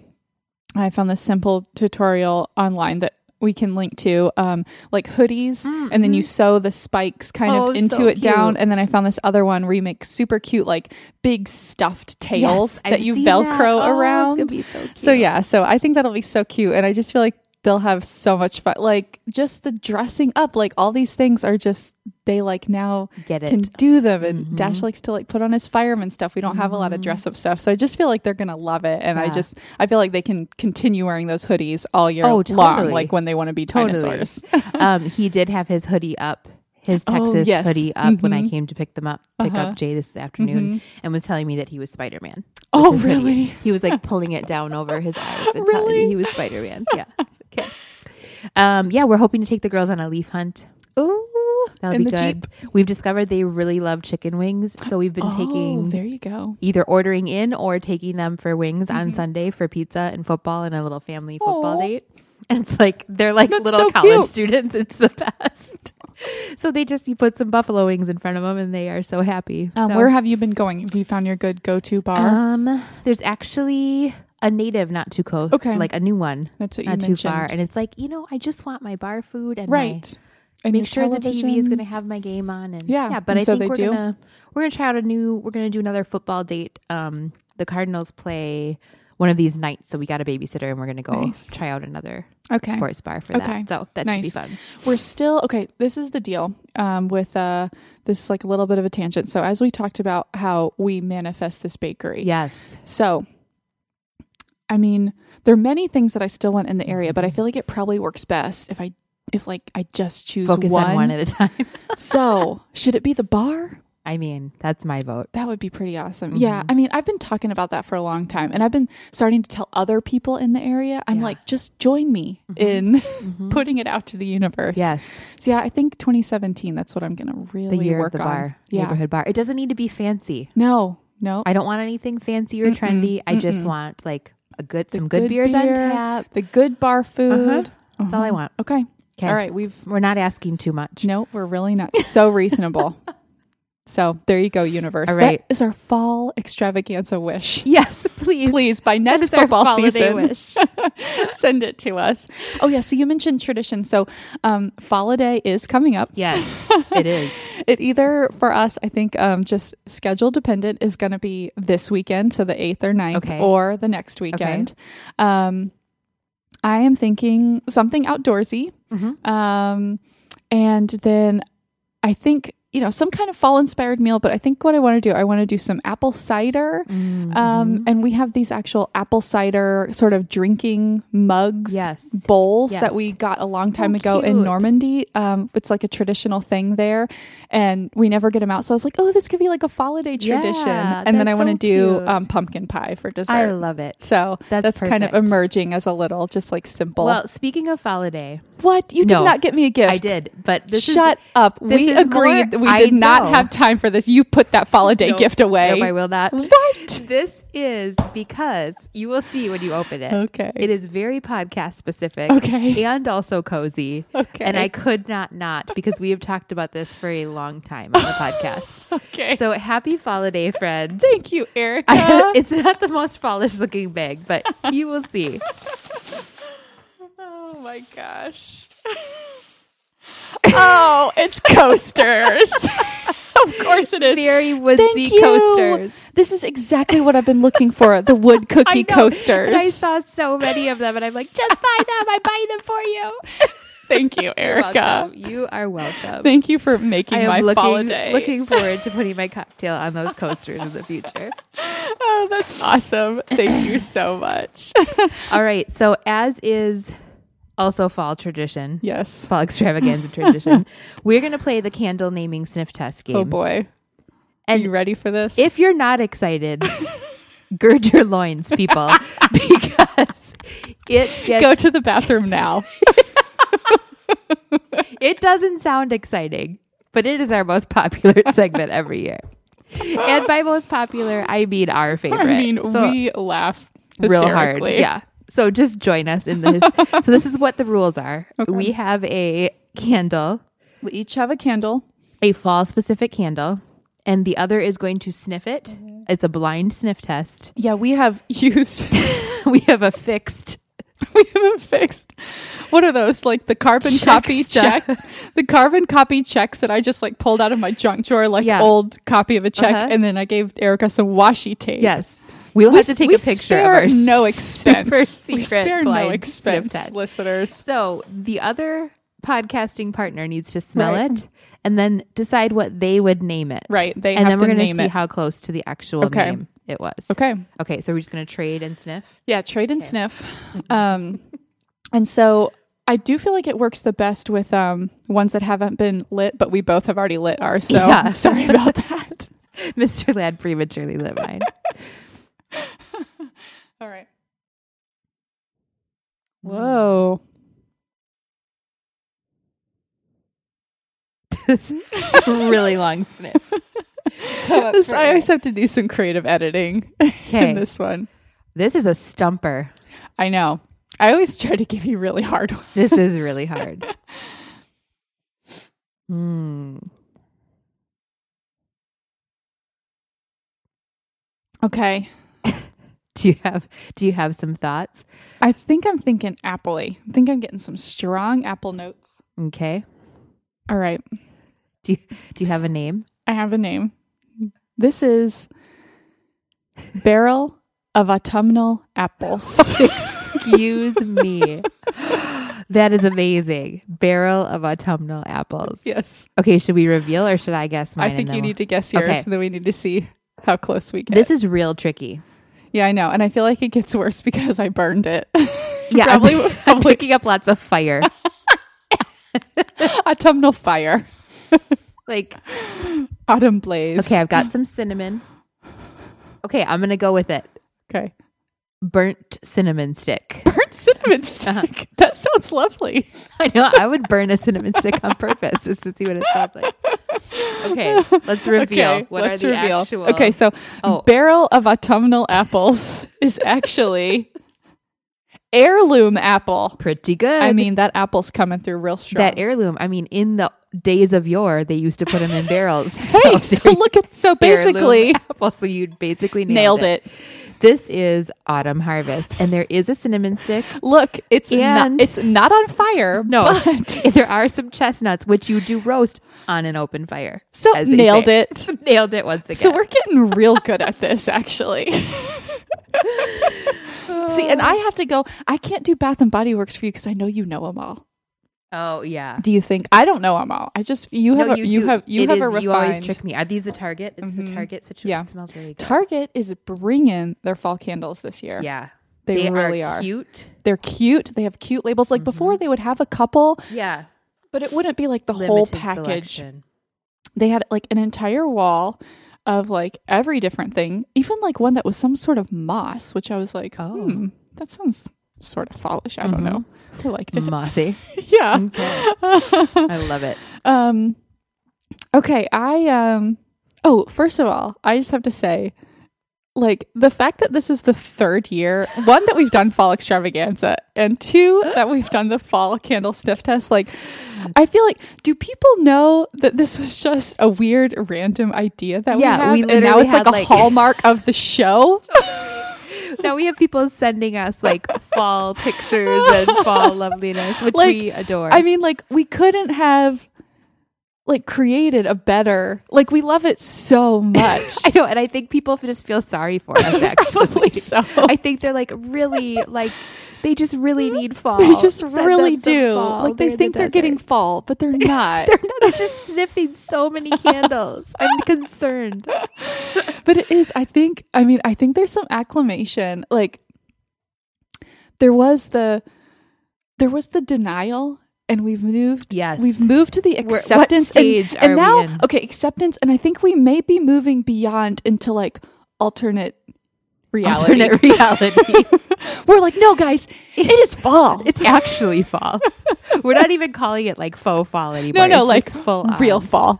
Speaker 1: I found this simple tutorial online that we can link to, um, like hoodies, and then you sew the spikes kind
Speaker 2: Mm, mm-hmm. Oh,
Speaker 1: of into
Speaker 2: so
Speaker 1: it down.
Speaker 2: cute.
Speaker 1: And then I found this other one where you make super cute, like big stuffed tails
Speaker 2: Yes,
Speaker 1: that
Speaker 2: I've
Speaker 1: you
Speaker 2: seen
Speaker 1: Velcro
Speaker 2: that. Oh, it's
Speaker 1: around.
Speaker 2: gonna be so cute.
Speaker 1: So yeah, so I think that'll be so cute, and I just feel like they'll have so much fun. Like just the dressing up, like all these things are just they like now
Speaker 2: get it.
Speaker 1: can do them. And
Speaker 2: Mhm.
Speaker 1: Dash likes to like put on his fireman stuff. We don't have a lot of
Speaker 2: Mhm.
Speaker 1: dress up stuff, so I just feel like they're gonna love it. And I
Speaker 2: Yeah.
Speaker 1: just I feel like they can continue wearing those hoodies all year
Speaker 2: Oh,
Speaker 1: long,
Speaker 2: totally.
Speaker 1: like when they want to be
Speaker 2: Totally.
Speaker 1: dinosaurs.
Speaker 2: um, he did have his hoodie up, his
Speaker 1: Oh,
Speaker 2: Texas
Speaker 1: yes.
Speaker 2: hoodie up when I
Speaker 1: Mhm.
Speaker 2: came to pick them up, pick
Speaker 1: Uh-huh.
Speaker 2: up Jay this afternoon, and was telling me that he was Spider Man.
Speaker 1: Oh, really?
Speaker 2: He was like pulling it down over his eyes and telling
Speaker 1: Really?
Speaker 2: me he was Spider Man. Yeah. okay. Um, yeah, we're hoping to take the girls on a leaf hunt.
Speaker 1: Ooh,
Speaker 2: That'll
Speaker 1: in
Speaker 2: be
Speaker 1: the
Speaker 2: good.
Speaker 1: jeep.
Speaker 2: We've discovered they really love chicken wings, so we've been
Speaker 1: Oh,
Speaker 2: taking
Speaker 1: there you go.
Speaker 2: either ordering in or taking them for wings on Sunday for pizza and football and a little family football
Speaker 1: Mm-hmm. Aw.
Speaker 2: date. And it's like they're like
Speaker 1: That's
Speaker 2: little
Speaker 1: so
Speaker 2: college
Speaker 1: cute.
Speaker 2: students. It's the best. so they just you put some buffalo wings in front of them and they are so happy.
Speaker 1: Um,
Speaker 2: So,
Speaker 1: Where have you been going? Have you found your good go to bar?
Speaker 2: um, there's actually a native not too close.
Speaker 1: Okay.
Speaker 2: like a new one.
Speaker 1: That's what you
Speaker 2: Not too
Speaker 1: mentioned.
Speaker 2: far, and it's like you know, I just want my bar food and my-
Speaker 1: right and
Speaker 2: make
Speaker 1: your
Speaker 2: sure the TV is going to
Speaker 1: televisions.
Speaker 2: have my game on, and
Speaker 1: Yeah,
Speaker 2: yeah. But
Speaker 1: and
Speaker 2: I
Speaker 1: so
Speaker 2: think
Speaker 1: they
Speaker 2: we're
Speaker 1: do.
Speaker 2: gonna we're gonna try out a new. We're gonna do another football date. Um, the Cardinals play one of these nights, so we got a babysitter, and we're gonna go
Speaker 1: Nice.
Speaker 2: try out another
Speaker 1: okay
Speaker 2: sports bar for
Speaker 1: Okay.
Speaker 2: that. So that should be
Speaker 1: Nice.
Speaker 2: fun.
Speaker 1: we're still okay this is the deal um, with uh, this is like a little bit of a tangent so as we talked about how we manifest this bakery
Speaker 2: Yes,
Speaker 1: so i mean there are many things that i still want in the area but i feel like it probably works best if i if like i just choose
Speaker 2: focus
Speaker 1: one,
Speaker 2: on one at a time.
Speaker 1: so should it be the bar
Speaker 2: I mean, that's my vote.
Speaker 1: that would be pretty awesome. Yeah.
Speaker 2: Mm-hmm.
Speaker 1: I mean, I've been talking about that for a long time and I've been starting to tell other people in the area. I'm
Speaker 2: Yeah. Mm-hmm.
Speaker 1: like, just join me in putting it out to the universe.
Speaker 2: Yes,
Speaker 1: So yeah, I think 2017, that's what I'm going to
Speaker 2: the
Speaker 1: really
Speaker 2: year of
Speaker 1: work
Speaker 2: the
Speaker 1: on.
Speaker 2: bar,
Speaker 1: Yeah.
Speaker 2: neighborhood bar. It doesn't need to be fancy.
Speaker 1: No, no.
Speaker 2: I don't want anything fancy or trendy. I just want like a good some good,
Speaker 1: good
Speaker 2: beers
Speaker 1: beer.
Speaker 2: on tap.
Speaker 1: the good bar food.
Speaker 2: Uh-huh. That's all I want.
Speaker 1: Okay.
Speaker 2: 'Kay.
Speaker 1: All right. We've,
Speaker 2: We're not asking too much.
Speaker 1: no, we're really not so reasonable. So there you go, universe.
Speaker 2: All right.
Speaker 1: That is our fall extravaganza wish.
Speaker 2: Yes, please.
Speaker 1: Please, by next
Speaker 2: is our
Speaker 1: football
Speaker 2: holiday
Speaker 1: season,
Speaker 2: wish.
Speaker 1: send it to us. Oh yeah, so you mentioned tradition. So, um, holiday is coming up.
Speaker 2: Yes, it is.
Speaker 1: It either for us, I think, um, just schedule dependent is going to be this weekend, so the eighth or 9th,
Speaker 2: Okay.
Speaker 1: or the next weekend. Um, I am thinking something outdoorsy,
Speaker 2: Mhm.
Speaker 1: um, and then I think you know some kind of fall inspired meal. But I think what I want to do, I want to do some apple cider.
Speaker 2: Mm-hmm.
Speaker 1: Um, and we have these actual apple cider sort of drinking mugs,
Speaker 2: Yes.
Speaker 1: bowls
Speaker 2: Yes.
Speaker 1: that we got a long time ago in
Speaker 2: Oh, cute.
Speaker 1: Normandy. Um, it's like a traditional thing there, and we never get them out. So I was like, oh, this could be like a holiday tradition.
Speaker 2: Yeah,
Speaker 1: and then
Speaker 2: that's
Speaker 1: I want to
Speaker 2: so
Speaker 1: do
Speaker 2: cute.
Speaker 1: um, pumpkin pie for dessert.
Speaker 2: I love it.
Speaker 1: so that's,
Speaker 2: That's
Speaker 1: kind of
Speaker 2: perfect.
Speaker 1: emerging as a little, just like simple.
Speaker 2: Well, speaking of holiday,
Speaker 1: what you did
Speaker 2: no,
Speaker 1: not get me a gift?
Speaker 2: I did, but this
Speaker 1: Shut
Speaker 2: is,
Speaker 1: up.
Speaker 2: this
Speaker 1: we
Speaker 2: is
Speaker 1: agreed
Speaker 2: more-
Speaker 1: that we
Speaker 2: I
Speaker 1: did not
Speaker 2: know.
Speaker 1: have time for this. You put that holiday
Speaker 2: Nope.
Speaker 1: gift away.
Speaker 2: Nope, I will not.
Speaker 1: What?
Speaker 2: This is because you will see when you open it.
Speaker 1: Okay.
Speaker 2: It is very podcast specific.
Speaker 1: Okay.
Speaker 2: And also cozy.
Speaker 1: Okay.
Speaker 2: And I could not not because we have talked about this for a long time on the podcast.
Speaker 1: Okay.
Speaker 2: So happy holiday, friend.
Speaker 1: Thank you, Erica.
Speaker 2: I, it's not the most polished looking bag, but you will see.
Speaker 1: oh my gosh. oh, it's coasters. of course it is.
Speaker 2: Very woodsy
Speaker 1: Thank you.
Speaker 2: coasters.
Speaker 1: This is exactly what I've been looking for the wood cookie
Speaker 2: know.
Speaker 1: coasters.
Speaker 2: And I saw so many of them, and I'm like, just buy them. I buy them for you.
Speaker 1: Thank you,
Speaker 2: You're
Speaker 1: Erica.
Speaker 2: welcome. You are welcome.
Speaker 1: Thank you for making
Speaker 2: I am
Speaker 1: my
Speaker 2: looking,
Speaker 1: holiday.
Speaker 2: looking forward to putting my cocktail on those coasters in the future.
Speaker 1: Oh, that's awesome. Thank you so much.
Speaker 2: All right. So, as is also fall tradition,
Speaker 1: yes.
Speaker 2: fall extravaganza tradition, we're going to play the candle naming sniff test game.
Speaker 1: Oh boy. Are
Speaker 2: And
Speaker 1: you ready for this?
Speaker 2: If you're not excited, gird your loins, people, because it gets,
Speaker 1: Go to the bathroom now.
Speaker 2: it doesn't sound exciting, but it is our most popular segment every year. And by most popular, I mean our favorite.
Speaker 1: I mean,
Speaker 2: So-
Speaker 1: we laugh
Speaker 2: real hard.
Speaker 1: hysterically.
Speaker 2: Yeah. So just join us in this. so this is what the rules are. We have a candle,
Speaker 1: We each have a candle.
Speaker 2: a fall specific candle, and the other is going to sniff it.
Speaker 1: Mm-hmm.
Speaker 2: It's a blind sniff test.
Speaker 1: Yeah, we have used
Speaker 2: we have a fixed
Speaker 1: we haven't fixed. What are those? Like the carbon
Speaker 2: Check
Speaker 1: copy
Speaker 2: stuff.
Speaker 1: check, the carbon copy checks that I just like pulled out of my junk drawer, like
Speaker 2: Yeah.
Speaker 1: old copy of a check,
Speaker 2: Uh-huh.
Speaker 1: and then I gave Erica some washi tape.
Speaker 2: yes. We'll
Speaker 1: we
Speaker 2: have to take
Speaker 1: we
Speaker 2: a picture of
Speaker 1: spare
Speaker 2: our
Speaker 1: no
Speaker 2: super
Speaker 1: expense.
Speaker 2: secret
Speaker 1: We spare no
Speaker 2: blind
Speaker 1: expense,
Speaker 2: sniff test.
Speaker 1: listeners.
Speaker 2: So the other podcasting partner needs to smell
Speaker 1: Right.
Speaker 2: it and then decide what they would name it.
Speaker 1: Right, they
Speaker 2: and
Speaker 1: have
Speaker 2: then
Speaker 1: to
Speaker 2: we're gonna
Speaker 1: name
Speaker 2: see
Speaker 1: it.
Speaker 2: how close to the actual
Speaker 1: Okay.
Speaker 2: name it was.
Speaker 1: Okay.
Speaker 2: Okay, so we're just gonna trade and sniff.
Speaker 1: Yeah, trade and sniff. Um, and so I do feel like it works the best with um, ones that haven't been lit, but we both have already lit ours. So
Speaker 2: Yeah.
Speaker 1: sorry about that.
Speaker 2: Mr. Ladd prematurely lit mine.
Speaker 1: All right. Hmm. Whoa.
Speaker 2: This is a really long sniff. Come up
Speaker 1: This,
Speaker 2: for
Speaker 1: I
Speaker 2: air.
Speaker 1: always have to do some creative editing
Speaker 2: Okay.
Speaker 1: in this one.
Speaker 2: This is a stumper.
Speaker 1: I know. I always try to give you really hard ones.
Speaker 2: This is really hard. Hmm.
Speaker 1: Okay.
Speaker 2: Do you have Do you have some thoughts?
Speaker 1: I think I'm thinking apple I think I'm getting some strong apple notes.
Speaker 2: Okay.
Speaker 1: All right.
Speaker 2: Do you, Do you have a name?
Speaker 1: I have a name. This is Barrel of Autumnal Apples.
Speaker 2: Excuse me. That is amazing. Barrel of autumnal apples.
Speaker 1: yes.
Speaker 2: Okay, should we reveal or should I guess mine?
Speaker 1: I
Speaker 2: and
Speaker 1: think
Speaker 2: then
Speaker 1: you
Speaker 2: we'll-
Speaker 1: need to guess yours,
Speaker 2: Okay.
Speaker 1: and then we need to see how close we get.
Speaker 2: This is real tricky.
Speaker 1: yeah, I know. And I feel like it gets worse because I burned it.
Speaker 2: Yeah, I'm-
Speaker 1: probably
Speaker 2: I'm
Speaker 1: probably
Speaker 2: picking up lots of fire.
Speaker 1: autumnal fire.
Speaker 2: like
Speaker 1: Autumn blaze.
Speaker 2: Okay, I've got some cinnamon. Okay, I'm gonna go with it.
Speaker 1: Okay.
Speaker 2: Burnt cinnamon stick.
Speaker 1: Burnt cinnamon stick.
Speaker 2: Uh-huh.
Speaker 1: That sounds lovely.
Speaker 2: I know I would burn a cinnamon stick on purpose just to see what it smells like. Okay, let's reveal.
Speaker 1: Okay,
Speaker 2: what
Speaker 1: let's
Speaker 2: are the
Speaker 1: reveal.
Speaker 2: actual?
Speaker 1: Okay, so
Speaker 2: Oh.
Speaker 1: barrel of autumnal apples is actually heirloom apple.
Speaker 2: pretty good.
Speaker 1: I mean, that apple's coming through real strong.
Speaker 2: that heirloom. I mean, in the days of yore, they used to put them in barrels.
Speaker 1: hey,
Speaker 2: so
Speaker 1: so look at so
Speaker 2: they're heirloom
Speaker 1: basically
Speaker 2: apples. So you basically nailed,
Speaker 1: nailed it.
Speaker 2: This is autumn harvest, and there is a cinnamon stick.
Speaker 1: Look, it's
Speaker 2: And-
Speaker 1: not it's not on fire.
Speaker 2: No,
Speaker 1: but-
Speaker 2: there are some chestnuts which you do roast on an open fire.
Speaker 1: so
Speaker 2: as they
Speaker 1: nailed
Speaker 2: say.
Speaker 1: it.
Speaker 2: Nailed it once again.
Speaker 1: So we're getting real good at this, actually. See, and I have to go. I can't do Bath and Body Works for you because I know you know them all.
Speaker 2: oh yeah.
Speaker 1: Do you think I don't know them all? I just you have a, you,
Speaker 2: do-
Speaker 1: have you
Speaker 2: it
Speaker 1: have
Speaker 2: is-
Speaker 1: a
Speaker 2: You always
Speaker 1: refined
Speaker 2: trick me. Are these the Target? Is this
Speaker 1: Mhm.
Speaker 2: the Target situation?
Speaker 1: Yeah.
Speaker 2: It smells really good.
Speaker 1: Target is bringing their fall candles this year.
Speaker 2: yeah,
Speaker 1: they, really are. Mm-hmm.
Speaker 2: cute.
Speaker 1: They're cute. They have cute labels. Like before, they would have a couple,
Speaker 2: Yeah,
Speaker 1: but it wouldn't be like the whole
Speaker 2: Limited
Speaker 1: package.
Speaker 2: selection.
Speaker 1: They had like an entire wall of like every different thing, even like one that was some sort of moss, which I was like,
Speaker 2: Oh.
Speaker 1: hmm, that sounds sort of fallish. I don't know. I liked it.
Speaker 2: Mossy.
Speaker 1: yeah.
Speaker 2: Mm. Okay. I love it.
Speaker 1: Um okay, I um oh, first of all, I just have to say like the fact that this is the third year, one that we've done fall extravaganza and two that we've done the fall candle sniff test like I feel like do people know that this was just a weird random idea that
Speaker 2: Yeah, we
Speaker 1: we had and now
Speaker 2: literally
Speaker 1: it's like
Speaker 2: had,
Speaker 1: a
Speaker 2: like-
Speaker 1: hallmark of the show?
Speaker 2: Now we have people sending us like fall pictures and fall loveliness, which
Speaker 1: Like,
Speaker 2: we adore.
Speaker 1: I mean like we couldn't have like created a better like we love it so much
Speaker 2: I know, and I think people just feel sorry for us. Actually,
Speaker 1: Probably so.
Speaker 2: I think they're like really like they just really need fall.
Speaker 1: they just
Speaker 2: Send
Speaker 1: really
Speaker 2: them some
Speaker 1: do
Speaker 2: fall.
Speaker 1: like they
Speaker 2: in the
Speaker 1: think they're getting
Speaker 2: desert.
Speaker 1: fall but they're not
Speaker 2: They're not. They're just sniffing so many candles. I'm concerned.
Speaker 1: but it is i think i mean i think there's some acclamation like there was the there was the denial and we've moved
Speaker 2: Yes,
Speaker 1: we've moved to the
Speaker 2: We're- what
Speaker 1: acceptance and-
Speaker 2: stage
Speaker 1: and,
Speaker 2: are we
Speaker 1: now
Speaker 2: in?
Speaker 1: okay acceptance and i think we may be moving beyond into like alternate reality
Speaker 2: alternate reality.
Speaker 1: we're like no guys it is fall
Speaker 2: it's actually fall. We're not even calling it like faux fall
Speaker 1: no
Speaker 2: anymore.
Speaker 1: no
Speaker 2: It's
Speaker 1: like
Speaker 2: just full on.
Speaker 1: real fall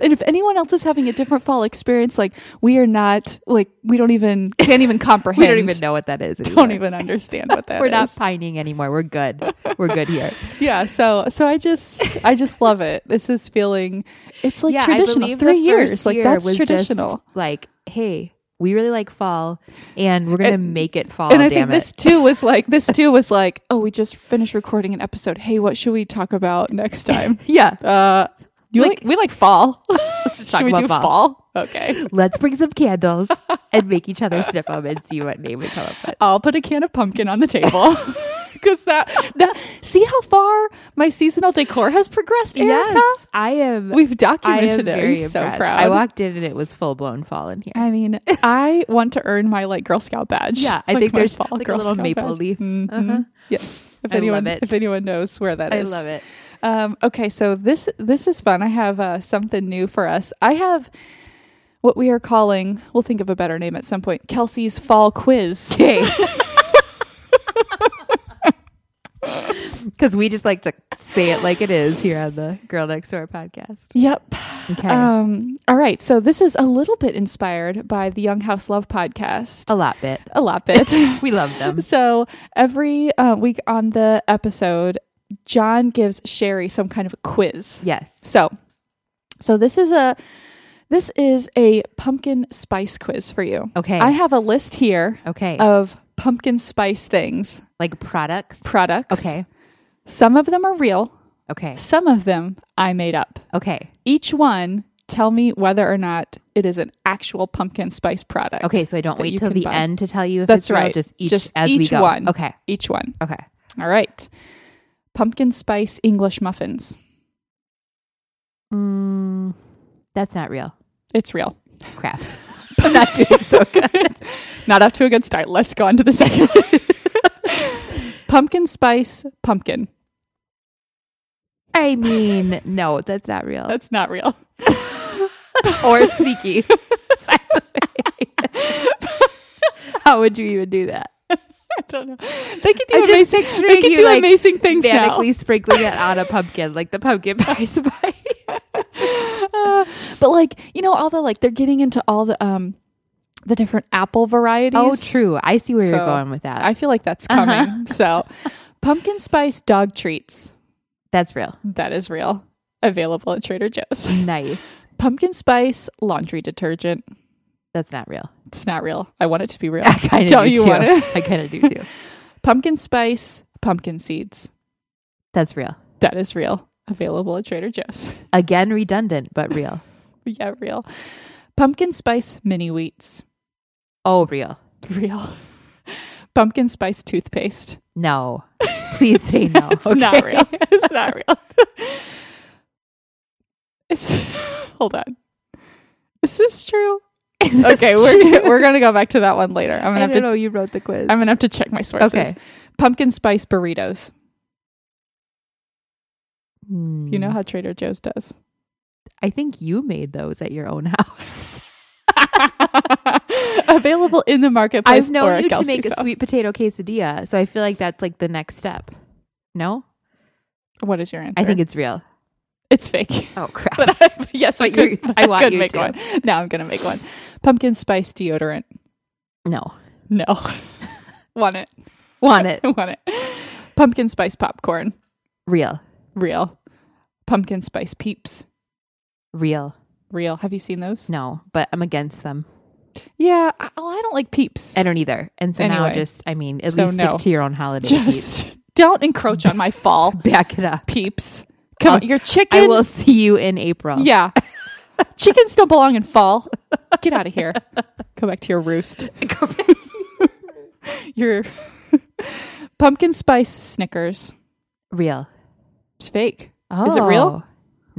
Speaker 1: and if anyone else is having a different fall experience like we are not like we don't even can't even comprehend
Speaker 2: We don't even know what that is.
Speaker 1: don't
Speaker 2: anymore.
Speaker 1: even understand what that
Speaker 2: We're not
Speaker 1: is.
Speaker 2: pining anymore. We're good. We're good here.
Speaker 1: yeah so so i just i just love it this is feeling it's like
Speaker 2: yeah, I
Speaker 1: traditional
Speaker 2: believe
Speaker 1: three
Speaker 2: the
Speaker 1: years
Speaker 2: first
Speaker 1: like
Speaker 2: year
Speaker 1: that's
Speaker 2: was
Speaker 1: traditional
Speaker 2: Just like, hey, we really like fall, and we're gonna
Speaker 1: And-
Speaker 2: make it fall.
Speaker 1: and i
Speaker 2: damn
Speaker 1: think this too was like this too was like oh we just finished recording an episode hey what should we talk about next time
Speaker 2: it. Yeah,
Speaker 1: uh you like,
Speaker 2: Like-
Speaker 1: we like fall
Speaker 2: just
Speaker 1: should
Speaker 2: talk
Speaker 1: we
Speaker 2: about
Speaker 1: do fall,
Speaker 2: fall.
Speaker 1: okay
Speaker 2: let's bring some candles and make each other sniff them and see what name we come up with.
Speaker 1: i'll put a can of pumpkin on the table because that that see how far my seasonal decor has progressed Erica?
Speaker 2: I am.
Speaker 1: we've
Speaker 2: I am
Speaker 1: documented it
Speaker 2: very
Speaker 1: i'm so
Speaker 2: impressed.
Speaker 1: proud
Speaker 2: I walked in and it was full blown fall in here.
Speaker 1: I mean, I want to earn my like Girl Scout badge.
Speaker 2: Yeah, I
Speaker 1: Like,
Speaker 2: think
Speaker 1: my
Speaker 2: there's,
Speaker 1: fall
Speaker 2: like, a little maple leaf.
Speaker 1: Mhm.
Speaker 2: Uh-huh.
Speaker 1: Yes, if
Speaker 2: I love
Speaker 1: anyone,
Speaker 2: it.
Speaker 1: if anyone knows where that
Speaker 2: I
Speaker 1: is,
Speaker 2: love it.
Speaker 1: Um, okay, so this this is fun. I have uh, something new for us. I have what we are calling. We'll think of a better name at some point. Kelsey's fall quiz.
Speaker 2: Okay. Because we just like to say it like it is here on the Girl Next Door podcast.
Speaker 1: Yep.
Speaker 2: Okay.
Speaker 1: Um, all right. So this is a little bit inspired by the Young House Love podcast.
Speaker 2: a lot bit.
Speaker 1: a lot bit.
Speaker 2: We love them.
Speaker 1: So every uh, week on the episode, John gives Sherry some kind of a quiz.
Speaker 2: Yes.
Speaker 1: So, so this is a this is a pumpkin spice quiz for you.
Speaker 2: Okay.
Speaker 1: I have a list here
Speaker 2: okay.
Speaker 1: of pumpkin spice things
Speaker 2: like products.
Speaker 1: products.
Speaker 2: Okay.
Speaker 1: some of them are real.
Speaker 2: Okay.
Speaker 1: Some of them I made up.
Speaker 2: Okay.
Speaker 1: Each one, tell me whether or not it is an actual pumpkin spice product.
Speaker 2: Okay. So I don't
Speaker 1: that you
Speaker 2: wait till
Speaker 1: can
Speaker 2: the
Speaker 1: buy.
Speaker 2: end to tell you if
Speaker 1: That's
Speaker 2: it's real,
Speaker 1: right.
Speaker 2: Just each
Speaker 1: Just
Speaker 2: as we
Speaker 1: each
Speaker 2: go.
Speaker 1: one.
Speaker 2: Okay.
Speaker 1: Each one.
Speaker 2: Okay.
Speaker 1: All right. Pumpkin spice English muffins.
Speaker 2: Mm, that's not real.
Speaker 1: It's real.
Speaker 2: Crap. I'm not doing so good.
Speaker 1: Not off to a good start. Let's go on to the second one. pumpkin spice pumpkin.
Speaker 2: I mean, no, that's not real.
Speaker 1: That's not real.
Speaker 2: or sneaky. by the way. How would you even do that?
Speaker 1: I don't know. They could do
Speaker 2: I'm just
Speaker 1: amazing.
Speaker 2: picturing
Speaker 1: They could
Speaker 2: you,
Speaker 1: do
Speaker 2: like,
Speaker 1: amazing things now.
Speaker 2: Manically sprinkling it on a pumpkin, like the pumpkin pie spice.
Speaker 1: Uh, but like you know, all the like they're getting into all the um the different apple varieties. Uh-huh.
Speaker 2: oh, true. I see where
Speaker 1: So,
Speaker 2: you're going with that.
Speaker 1: I feel like that's coming. So, pumpkin spice dog treats.
Speaker 2: that's real.
Speaker 1: That is real. Available at Trader Joe's.
Speaker 2: Nice.
Speaker 1: Pumpkin spice laundry detergent.
Speaker 2: That's not real.
Speaker 1: It's not real. I want it to be real.
Speaker 2: I kind of
Speaker 1: Don't
Speaker 2: do
Speaker 1: you
Speaker 2: too.
Speaker 1: want it?
Speaker 2: I kind of do too.
Speaker 1: pumpkin spice pumpkin seeds.
Speaker 2: That's real.
Speaker 1: That is real. Available at Trader Joe's.
Speaker 2: Again, redundant, but real.
Speaker 1: yeah, real. Pumpkin spice mini wheats.
Speaker 2: Oh, real.
Speaker 1: Real. Pumpkin spice toothpaste.
Speaker 2: No. Please say no.
Speaker 1: It's not
Speaker 2: okay?
Speaker 1: real. It's not real. It's, hold on. Is this true?
Speaker 2: Is this
Speaker 1: Okay, we're
Speaker 2: true?
Speaker 1: we're gonna go back to that one later. I'm
Speaker 2: I
Speaker 1: gonna have
Speaker 2: don't
Speaker 1: to
Speaker 2: know. You wrote the quiz.
Speaker 1: I'm gonna have to check my sources.
Speaker 2: Okay.
Speaker 1: Pumpkin spice burritos.
Speaker 2: Hmm.
Speaker 1: You know how Trader Joe's does.
Speaker 2: I think you made those at your own house.
Speaker 1: Available in the marketplace.
Speaker 2: I've
Speaker 1: or
Speaker 2: known
Speaker 1: at
Speaker 2: you to
Speaker 1: Kelsey's
Speaker 2: make a
Speaker 1: house.
Speaker 2: sweet potato quesadilla, so I feel like that's like the next step. No,
Speaker 1: What is your answer?
Speaker 2: I think it's real.
Speaker 1: it's fake.
Speaker 2: Oh crap!
Speaker 1: But I, yes, I
Speaker 2: But you-
Speaker 1: could.
Speaker 2: I want
Speaker 1: could
Speaker 2: you
Speaker 1: make
Speaker 2: to.
Speaker 1: one. Now I'm gonna make one. Pumpkin spice deodorant.
Speaker 2: no,
Speaker 1: No, want it.
Speaker 2: want it
Speaker 1: Want it. Pumpkin spice popcorn.
Speaker 2: real,
Speaker 1: Real. Pumpkin spice peeps.
Speaker 2: real.
Speaker 1: Real. Have you seen those?
Speaker 2: No, but I'm against them.
Speaker 1: Yeah. I, well, I don't like peeps.
Speaker 2: I don't either. And so now,
Speaker 1: Anyway.
Speaker 2: just I mean, at
Speaker 1: So
Speaker 2: least
Speaker 1: no.
Speaker 2: stick to your own holiday.
Speaker 1: Just don't encroach on my fall,
Speaker 2: Pete. back it up.
Speaker 1: peeps. Come
Speaker 2: I'll-
Speaker 1: on, your
Speaker 2: I
Speaker 1: chicken.
Speaker 2: will see you in April.
Speaker 1: Yeah. Chickens don't belong in fall. Get out of here. Go back to your roost. your pumpkin spice Snickers.
Speaker 2: Real.
Speaker 1: It's fake.
Speaker 2: Oh.
Speaker 1: Is it real?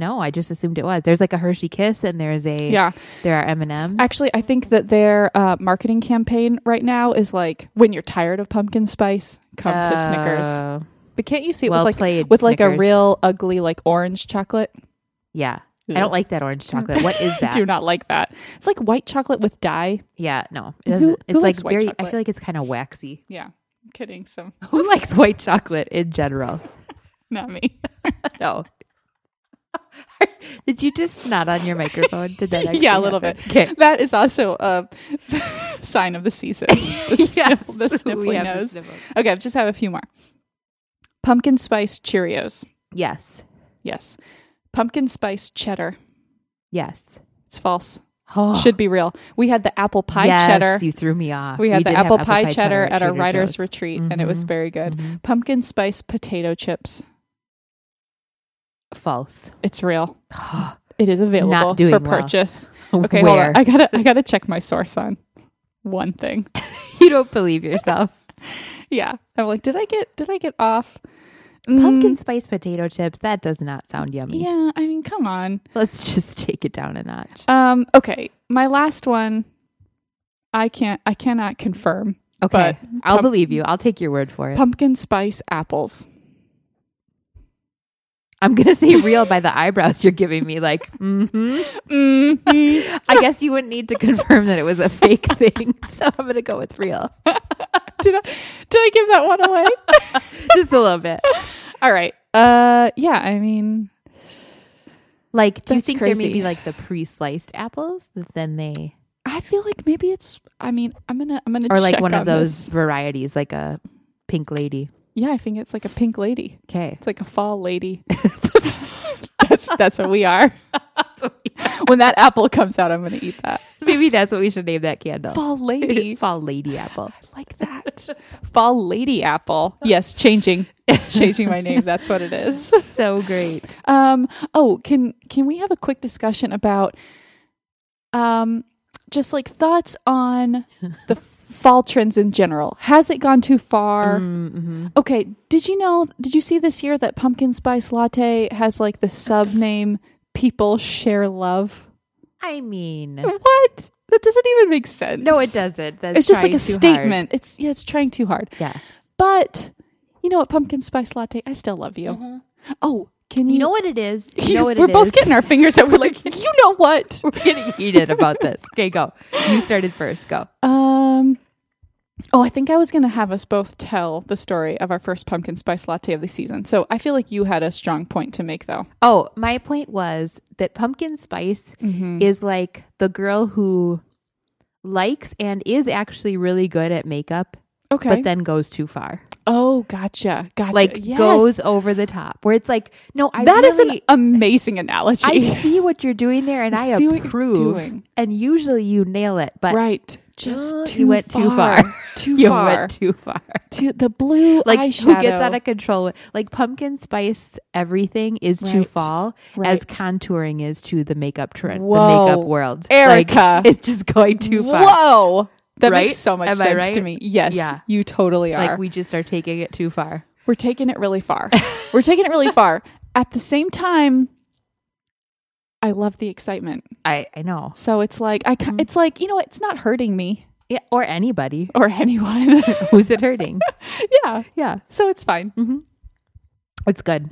Speaker 2: No, I just assumed it was. There's like a Hershey Kiss and there's a
Speaker 1: Yeah.
Speaker 2: there are M&Ms.
Speaker 1: Actually, I think that their uh, marketing campaign right now is like when you're tired of pumpkin spice, come to Snickers.
Speaker 2: Oh.
Speaker 1: But can't you see it
Speaker 2: well
Speaker 1: with like
Speaker 2: played,
Speaker 1: with like a
Speaker 2: Snickers.
Speaker 1: real ugly like orange chocolate?
Speaker 2: Yeah.
Speaker 1: Ew.
Speaker 2: I don't like that orange chocolate. What is that?
Speaker 1: Do not like that. It's like white chocolate with dye.
Speaker 2: Yeah, no.
Speaker 1: Who-
Speaker 2: It doesn't,
Speaker 1: who
Speaker 2: it's like
Speaker 1: likes white
Speaker 2: very I
Speaker 1: chocolate?
Speaker 2: feel like it's kind of waxy.
Speaker 1: Yeah. I'm kidding. So
Speaker 2: Who likes white chocolate in general?
Speaker 1: not me.
Speaker 2: No. Did you just snot on your microphone? Did that actually
Speaker 1: yeah, a little
Speaker 2: happen?
Speaker 1: bit.
Speaker 2: Okay.
Speaker 1: That is also a sign of the season. The,
Speaker 2: Yes,
Speaker 1: sniff, the
Speaker 2: we
Speaker 1: sniffly
Speaker 2: have the
Speaker 1: nose.
Speaker 2: sniffle.
Speaker 1: Okay, I just have a few more. Pumpkin spice Cheerios.
Speaker 2: Yes.
Speaker 1: Yes. Pumpkin spice cheddar.
Speaker 2: Yes.
Speaker 1: It's false.
Speaker 2: Oh,
Speaker 1: Should be real. We had the apple pie
Speaker 2: yes,
Speaker 1: cheddar.
Speaker 2: You threw me off.
Speaker 1: We had
Speaker 2: did
Speaker 1: the
Speaker 2: have
Speaker 1: apple, pie, cheddar, at our
Speaker 2: Trader
Speaker 1: writers'
Speaker 2: Joe's.
Speaker 1: retreat, and it was
Speaker 2: Mhm.
Speaker 1: very good.
Speaker 2: Mhm.
Speaker 1: Pumpkin spice potato chips.
Speaker 2: False.
Speaker 1: It's real. It is available
Speaker 2: doing
Speaker 1: for
Speaker 2: well.
Speaker 1: purchase. Okay, hold
Speaker 2: Where?
Speaker 1: on. I gotta I gotta check my source on one thing.
Speaker 2: you don't believe yourself.
Speaker 1: Yeah. I'm like, did I get did I get off? Mm,
Speaker 2: Pumpkin spice potato chips. That does not sound yummy.
Speaker 1: Yeah, I mean, come on.
Speaker 2: Let's just take it down a notch.
Speaker 1: Um, okay. My last one I can't I cannot confirm.
Speaker 2: Okay, I'll
Speaker 1: pump-
Speaker 2: believe you. I'll take your word for it.
Speaker 1: Pumpkin spice apples.
Speaker 2: I'm gonna say real by the eyebrows you're giving me. Like, hmm
Speaker 1: Mhm.
Speaker 2: I guess you wouldn't need to confirm that it was a fake thing. So I'm gonna go with real,
Speaker 1: did I did I give that one away?
Speaker 2: just a little bit.
Speaker 1: All right. Uh yeah, I mean
Speaker 2: Like, do you
Speaker 1: That's
Speaker 2: think there may
Speaker 1: crazy.
Speaker 2: be like the pre-sliced apples that then they,
Speaker 1: I feel like maybe it's I mean, I'm gonna I'm gonna
Speaker 2: or like
Speaker 1: check
Speaker 2: one
Speaker 1: on
Speaker 2: of those
Speaker 1: this.
Speaker 2: varieties, like a pink lady?
Speaker 1: Yeah, I think it's like a pink lady.
Speaker 2: Okay,
Speaker 1: It's like a fall lady. that's that's what we are. When that apple comes out, I'm gonna eat that.
Speaker 2: maybe that's what we should name that candle.
Speaker 1: Fall lady.
Speaker 2: Fall lady apple.
Speaker 1: like that. Fall Lady Apple. Yes, changing. changing my name. That's what it is.
Speaker 2: So great.
Speaker 1: Um oh, can can we have a quick discussion about um just like thoughts on the fall trends in general? Has it gone too far?
Speaker 2: Mm-hmm.
Speaker 1: Okay, did you know did you see this year that pumpkin spice latte has like the sub name People Share Love?
Speaker 2: I mean,
Speaker 1: What? That doesn't even make sense.
Speaker 2: no, it doesn't. That's
Speaker 1: Mm. It's just like a
Speaker 2: trying too hard.
Speaker 1: statement. It's yeah, it's trying too hard.
Speaker 2: Yeah.
Speaker 1: But you know what, pumpkin spice latte, I still love you. Oh, can you,
Speaker 2: You know what it is. You
Speaker 1: you-
Speaker 2: know what
Speaker 1: we're
Speaker 2: it
Speaker 1: both
Speaker 2: is?
Speaker 1: getting our fingers out. We're like, you know what?
Speaker 2: We're getting heated about this. Okay, go. You started first. Go.
Speaker 1: Um, oh, I think I was going to have us both tell the story of our first pumpkin spice latte of the season. So I feel like you had a strong point to make, though.
Speaker 2: Oh, my point was that pumpkin spice
Speaker 1: Mm-hmm.
Speaker 2: is like the girl who likes and is actually really good at makeup,
Speaker 1: Okay.
Speaker 2: but then goes too far.
Speaker 1: oh, gotcha. Gotcha.
Speaker 2: Like
Speaker 1: Yes.
Speaker 2: goes over the top. Where it's like, no, I
Speaker 1: That
Speaker 2: really,
Speaker 1: is an amazing analogy.
Speaker 2: I see what you're doing there, and I,
Speaker 1: see what you're
Speaker 2: approve.
Speaker 1: doing.
Speaker 2: And usually you nail it, but
Speaker 1: right. Just
Speaker 2: Uh,
Speaker 1: too
Speaker 2: you went too far.
Speaker 1: Too
Speaker 2: you
Speaker 1: far.
Speaker 2: went too far.
Speaker 1: to the blue
Speaker 2: Like
Speaker 1: eyeshadow.
Speaker 2: who gets out of control? Like pumpkin spice, everything is to
Speaker 1: Right.
Speaker 2: fall as
Speaker 1: Right.
Speaker 2: contouring is to the makeup trend,
Speaker 1: Whoa.
Speaker 2: the makeup world.
Speaker 1: Erica.
Speaker 2: Like, it's just going too far.
Speaker 1: Whoa. That
Speaker 2: Right?
Speaker 1: makes so much
Speaker 2: Am I
Speaker 1: sense
Speaker 2: right?
Speaker 1: to me. Yes,
Speaker 2: Yeah.
Speaker 1: you totally are.
Speaker 2: Like we just are taking it too far.
Speaker 1: We're taking it really far. We're taking it really far. At the same time, I love the excitement.
Speaker 2: I I know.
Speaker 1: So it's like I
Speaker 2: Mm-hmm.
Speaker 1: ki- it's like, you know, it's not hurting me
Speaker 2: Yeah, or anybody.
Speaker 1: or anyone.
Speaker 2: Who's it hurting?
Speaker 1: yeah.
Speaker 2: yeah,
Speaker 1: So it's fine.
Speaker 2: Mm-hmm. it's good.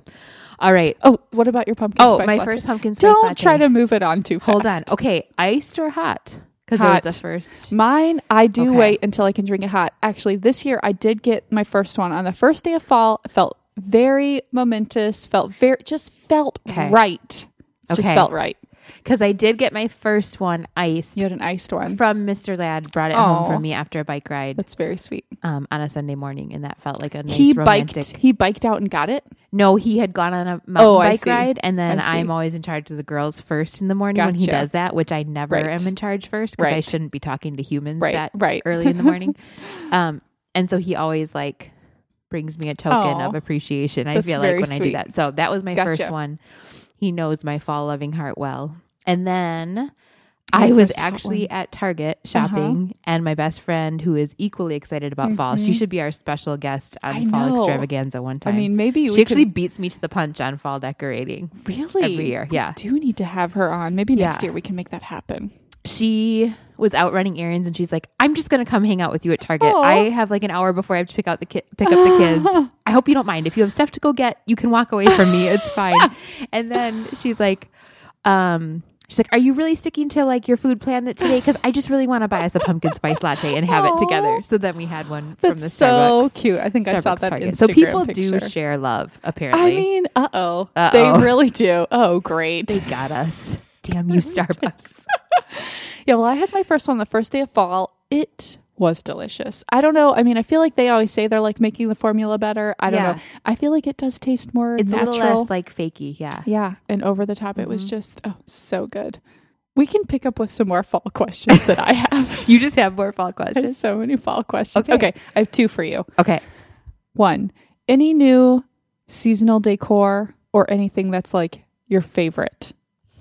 Speaker 2: All right.
Speaker 1: Oh, what about your pumpkin
Speaker 2: Oh,
Speaker 1: spice
Speaker 2: my
Speaker 1: latte?
Speaker 2: first pumpkin spice.
Speaker 1: Don't
Speaker 2: latte.
Speaker 1: try to move it on too fast.
Speaker 2: hold on. Okay, iced or hot? Because it was
Speaker 1: Hot.
Speaker 2: the first.
Speaker 1: Mine, I do
Speaker 2: Okay.
Speaker 1: wait until I can drink it hot. Actually, this year I did get my first one on the first day of fall. It felt very momentous, felt very just felt
Speaker 2: Okay.
Speaker 1: right. Just
Speaker 2: Okay.
Speaker 1: felt right.
Speaker 2: Because I did get my first one iced
Speaker 1: You had an iced one.
Speaker 2: from Mr. Ladd. Brought it home
Speaker 1: Aw.
Speaker 2: for me after a bike ride.
Speaker 1: That's very sweet.
Speaker 2: um, on a Sunday morning, and that felt like a nice
Speaker 1: he
Speaker 2: romantic.
Speaker 1: biked he biked out and got it
Speaker 2: No, he had gone on a mountain
Speaker 1: Oh, I
Speaker 2: bike
Speaker 1: see.
Speaker 2: ride, and then
Speaker 1: I see.
Speaker 2: I'm always in charge of the girls first in the morning when he
Speaker 1: Gotcha.
Speaker 2: does that, which I never
Speaker 1: Right.
Speaker 2: am in charge first because I
Speaker 1: Right.
Speaker 2: shouldn't be talking to humans
Speaker 1: Right,
Speaker 2: that
Speaker 1: right.
Speaker 2: early in the morning. um, and so he always like brings me a token
Speaker 1: Aw.
Speaker 2: of appreciation. I
Speaker 1: That's
Speaker 2: feel like
Speaker 1: very
Speaker 2: when I do
Speaker 1: sweet.
Speaker 2: that. So that was my
Speaker 1: Gotcha.
Speaker 2: first one. He knows my fall loving heart well. And then
Speaker 1: Oh,
Speaker 2: I
Speaker 1: there's
Speaker 2: was
Speaker 1: that
Speaker 2: actually
Speaker 1: one. Uh-huh.
Speaker 2: at Target shopping, and my best friend, who is equally excited about fall, she
Speaker 1: Mhm.
Speaker 2: should be our special guest on
Speaker 1: I
Speaker 2: fall
Speaker 1: know.
Speaker 2: extravaganza one
Speaker 1: I
Speaker 2: time.
Speaker 1: mean, maybe
Speaker 2: she
Speaker 1: we
Speaker 2: actually
Speaker 1: could,
Speaker 2: beats me to the punch on fall decorating.
Speaker 1: really
Speaker 2: every year,
Speaker 1: we
Speaker 2: yeah.
Speaker 1: do need to have her on. Maybe next
Speaker 2: Yeah.
Speaker 1: year we can make that happen.
Speaker 2: she was out running errands and she's like, I'm just gonna come hang out with you at Target.
Speaker 1: Aw.
Speaker 2: I have like an hour before I have to pick out the ki- pick up the kids. I hope you don't mind. If you have stuff to go get, you can walk away from me. It's fine. and then she's like, um, she's like, Are you really sticking to like your food plan that today? Because I just really want to buy us a pumpkin spice latte and have
Speaker 1: Aw.
Speaker 2: it together. So then we had one from
Speaker 1: That's
Speaker 2: the
Speaker 1: so
Speaker 2: Starbucks.
Speaker 1: cute. I think I saw
Speaker 2: Starbucks
Speaker 1: that
Speaker 2: Target.
Speaker 1: Instagram
Speaker 2: so people
Speaker 1: picture.
Speaker 2: do share love, apparently.
Speaker 1: I mean, uh oh, they
Speaker 2: Uh-oh.
Speaker 1: really do. Oh, great.
Speaker 2: they got us. Damn you, Starbucks.
Speaker 1: Yeah, well, I had my first one the first day of fall. It was delicious. I don't know. I mean, I feel like they always say they're like making the formula better. I don't
Speaker 2: Yeah.
Speaker 1: know. I feel like it does taste more
Speaker 2: It's a
Speaker 1: natural.
Speaker 2: little less like Mm-hmm. fakey, yeah.
Speaker 1: yeah, and over the top. It was just oh, so good. We can pick up with some more fall questions that I have.
Speaker 2: You just have more fall
Speaker 1: I have
Speaker 2: questions.
Speaker 1: so many fall questions.
Speaker 2: Okay.
Speaker 1: okay, I have two for you.
Speaker 2: Okay.
Speaker 1: One, any new seasonal decor or anything that's like your favorite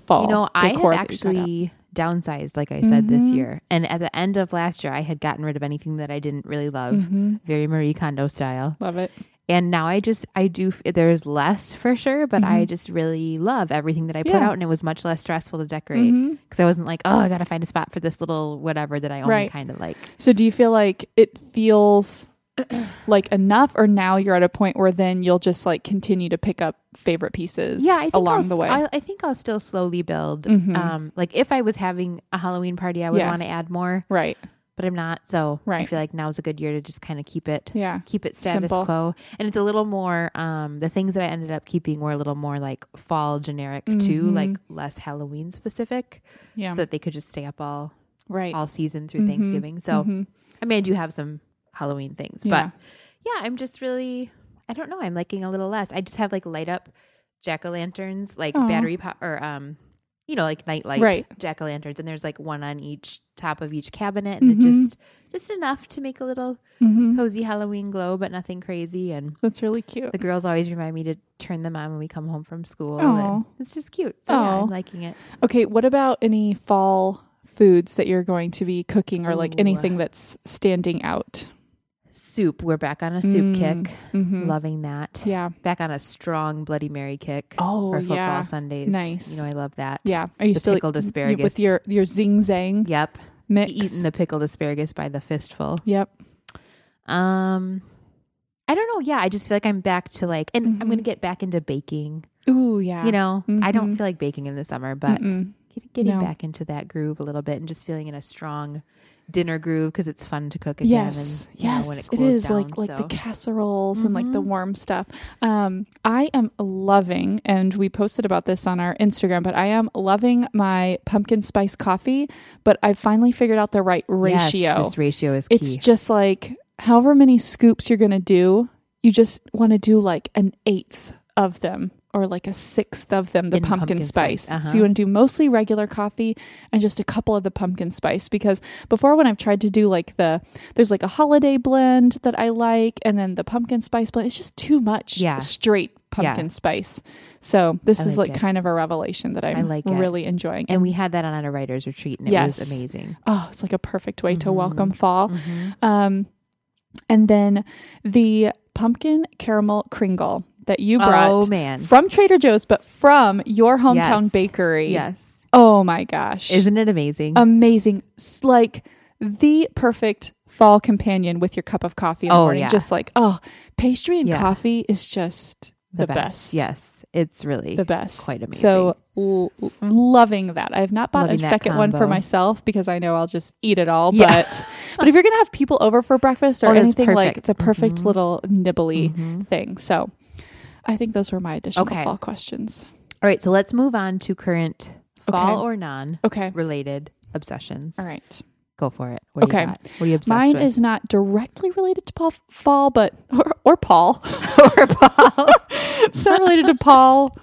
Speaker 1: fall?
Speaker 2: You know, I have
Speaker 1: decor that you got up?
Speaker 2: actually downsized, like I said, this
Speaker 1: Mhm.
Speaker 2: year. And at the end of last year, I had gotten rid of anything that I didn't really love,
Speaker 1: Mhm.
Speaker 2: very Marie Kondo style.
Speaker 1: love it.
Speaker 2: And now I just, I do, f- there's less for sure, but I just really love everything that I put
Speaker 1: Yeah.
Speaker 2: out. And it was much less stressful to decorate
Speaker 1: Mhm.
Speaker 2: because I wasn't like, oh, I got to find a spot for this little whatever that I only
Speaker 1: Right.
Speaker 2: kind of like.
Speaker 1: So do you feel like it feels like enough or now you're at a point where then you'll just like continue to pick up favorite pieces
Speaker 2: yeah, I think
Speaker 1: along
Speaker 2: I'll
Speaker 1: the
Speaker 2: s-
Speaker 1: way?
Speaker 2: I, I think I'll still slowly build.
Speaker 1: Mhm.
Speaker 2: Um, like if I was having a Halloween party, I would
Speaker 1: Yeah.
Speaker 2: want to add more,
Speaker 1: right.
Speaker 2: but I'm not. So I
Speaker 1: Right.
Speaker 2: feel like now's a good year to just kind of keep it
Speaker 1: Yeah.
Speaker 2: keep it status
Speaker 1: Simple.
Speaker 2: quo and it's a little more um the things that i ended up keeping were a little more like fall generic too
Speaker 1: Mhm.
Speaker 2: like less halloween specific
Speaker 1: Yeah.
Speaker 2: so that they could just stay up all
Speaker 1: right.
Speaker 2: all season through
Speaker 1: Mhm.
Speaker 2: thanksgiving so
Speaker 1: Mhm.
Speaker 2: i mean i do have some halloween things
Speaker 1: Yeah.
Speaker 2: but yeah i'm just really i don't know i'm liking a little less i just have like light up jack-o'-lanterns like
Speaker 1: Aw.
Speaker 2: battery pop or um you know like night light
Speaker 1: Right.
Speaker 2: jack-o'-lanterns and there's like one on each top of each cabinet and
Speaker 1: Mhm.
Speaker 2: it just just enough to make a little
Speaker 1: Mhm.
Speaker 2: cozy Halloween glow, but nothing crazy. And
Speaker 1: That's really cute.
Speaker 2: the girls always remind me to turn them on when we come home from school.
Speaker 1: Aw.
Speaker 2: And it's just cute. So yeah,
Speaker 1: Aw.
Speaker 2: I'm liking it.
Speaker 1: Okay, what about any fall foods that you're going to be cooking or like
Speaker 2: Ooh.
Speaker 1: anything that's standing out?
Speaker 2: Soup. We're back on a
Speaker 1: Mm,
Speaker 2: soup kick.
Speaker 1: mhm.
Speaker 2: Loving that.
Speaker 1: Yeah.
Speaker 2: Back on a strong Bloody Mary kick
Speaker 1: Oh,
Speaker 2: for football
Speaker 1: yeah.
Speaker 2: Sundays.
Speaker 1: Nice.
Speaker 2: You know, I love that.
Speaker 1: Yeah. Are you
Speaker 2: The
Speaker 1: still
Speaker 2: pickled
Speaker 1: y-
Speaker 2: asparagus.
Speaker 1: with your your zing zang
Speaker 2: Yep.
Speaker 1: mix?
Speaker 2: Eating the pickled asparagus by the fistful.
Speaker 1: Yep.
Speaker 2: Um, I don't know. Yeah, I just feel like I'm back to like, and I'm
Speaker 1: Mhm.
Speaker 2: going to get back into baking.
Speaker 1: Ooh, yeah.
Speaker 2: You know, I don't
Speaker 1: Mhm.
Speaker 2: feel like baking in the summer, but
Speaker 1: Mm-mm.
Speaker 2: get- getting
Speaker 1: No.
Speaker 2: back into that groove a little bit and just feeling in a strong dinner groove because it's fun to cook again.
Speaker 1: Yes,
Speaker 2: and, you know,
Speaker 1: yes,
Speaker 2: when
Speaker 1: it
Speaker 2: cools
Speaker 1: is like
Speaker 2: down,
Speaker 1: like the
Speaker 2: so.
Speaker 1: casseroles and like the
Speaker 2: Mhm.
Speaker 1: warm stuff. Um, I am loving, and we posted about this on our Instagram, but I am loving my pumpkin spice coffee. But I finally figured out the right
Speaker 2: Yes,
Speaker 1: ratio.
Speaker 2: this ratio is key.
Speaker 1: it's just like however many scoops you're gonna do, you just want to do like an eighth of them or like a sixth of them the
Speaker 2: In
Speaker 1: pumpkin,
Speaker 2: pumpkin
Speaker 1: spice.
Speaker 2: spice,
Speaker 1: So
Speaker 2: uh-huh.
Speaker 1: you want to do mostly regular coffee and just a couple of the pumpkin spice because before when I've tried to do like the there's like a holiday blend that I like and then the pumpkin spice blend it's just too much
Speaker 2: Yeah.
Speaker 1: straight
Speaker 2: Yeah.
Speaker 1: pumpkin spice. So this
Speaker 2: I
Speaker 1: is
Speaker 2: like
Speaker 1: like
Speaker 2: it.
Speaker 1: kind of a revelation that I'm
Speaker 2: like it.
Speaker 1: really enjoying.
Speaker 2: and we had that on a writer's retreat and it
Speaker 1: Yes.
Speaker 2: was amazing.
Speaker 1: oh, it's like a perfect way to
Speaker 2: Mhm.
Speaker 1: welcome fall.
Speaker 2: Mhm.
Speaker 1: Um, and then the pumpkin caramel kringle that you
Speaker 2: Oh
Speaker 1: brought
Speaker 2: man,
Speaker 1: from Trader Joe's, but from your hometown
Speaker 2: Yes.
Speaker 1: bakery.
Speaker 2: yes,
Speaker 1: Oh my gosh.
Speaker 2: isn't it amazing?
Speaker 1: amazing. It's like the perfect fall companion with your cup of coffee in the
Speaker 2: Oh,
Speaker 1: morning.
Speaker 2: yeah.
Speaker 1: Just like, oh, pastry and
Speaker 2: Yeah.
Speaker 1: coffee is just the, best.
Speaker 2: Yes, it's really
Speaker 1: The best.
Speaker 2: Quite amazing.
Speaker 1: So l- l- loving that. I have not bought
Speaker 2: Loving
Speaker 1: a
Speaker 2: that
Speaker 1: second one for
Speaker 2: combo.
Speaker 1: myself because I know I'll just eat it all.
Speaker 2: Yeah.
Speaker 1: But but if you're gonna have people over for breakfast or
Speaker 2: Oh, that's
Speaker 1: anything like
Speaker 2: perfect.
Speaker 1: the perfect
Speaker 2: Mhm.
Speaker 1: little nibbly
Speaker 2: Mhm.
Speaker 1: thing. So I think those were my additional
Speaker 2: Okay.
Speaker 1: fall questions.
Speaker 2: All right, so let's move on to current fall
Speaker 1: Okay.
Speaker 2: or non
Speaker 1: Okay.
Speaker 2: related obsessions.
Speaker 1: All right.
Speaker 2: Go for it. What do
Speaker 1: Okay.
Speaker 2: you got? What are you obsessed
Speaker 1: Mine
Speaker 2: with?
Speaker 1: is not directly related to Paul, fall, but or, or Paul,
Speaker 2: or Paul.
Speaker 1: it's not related to Paul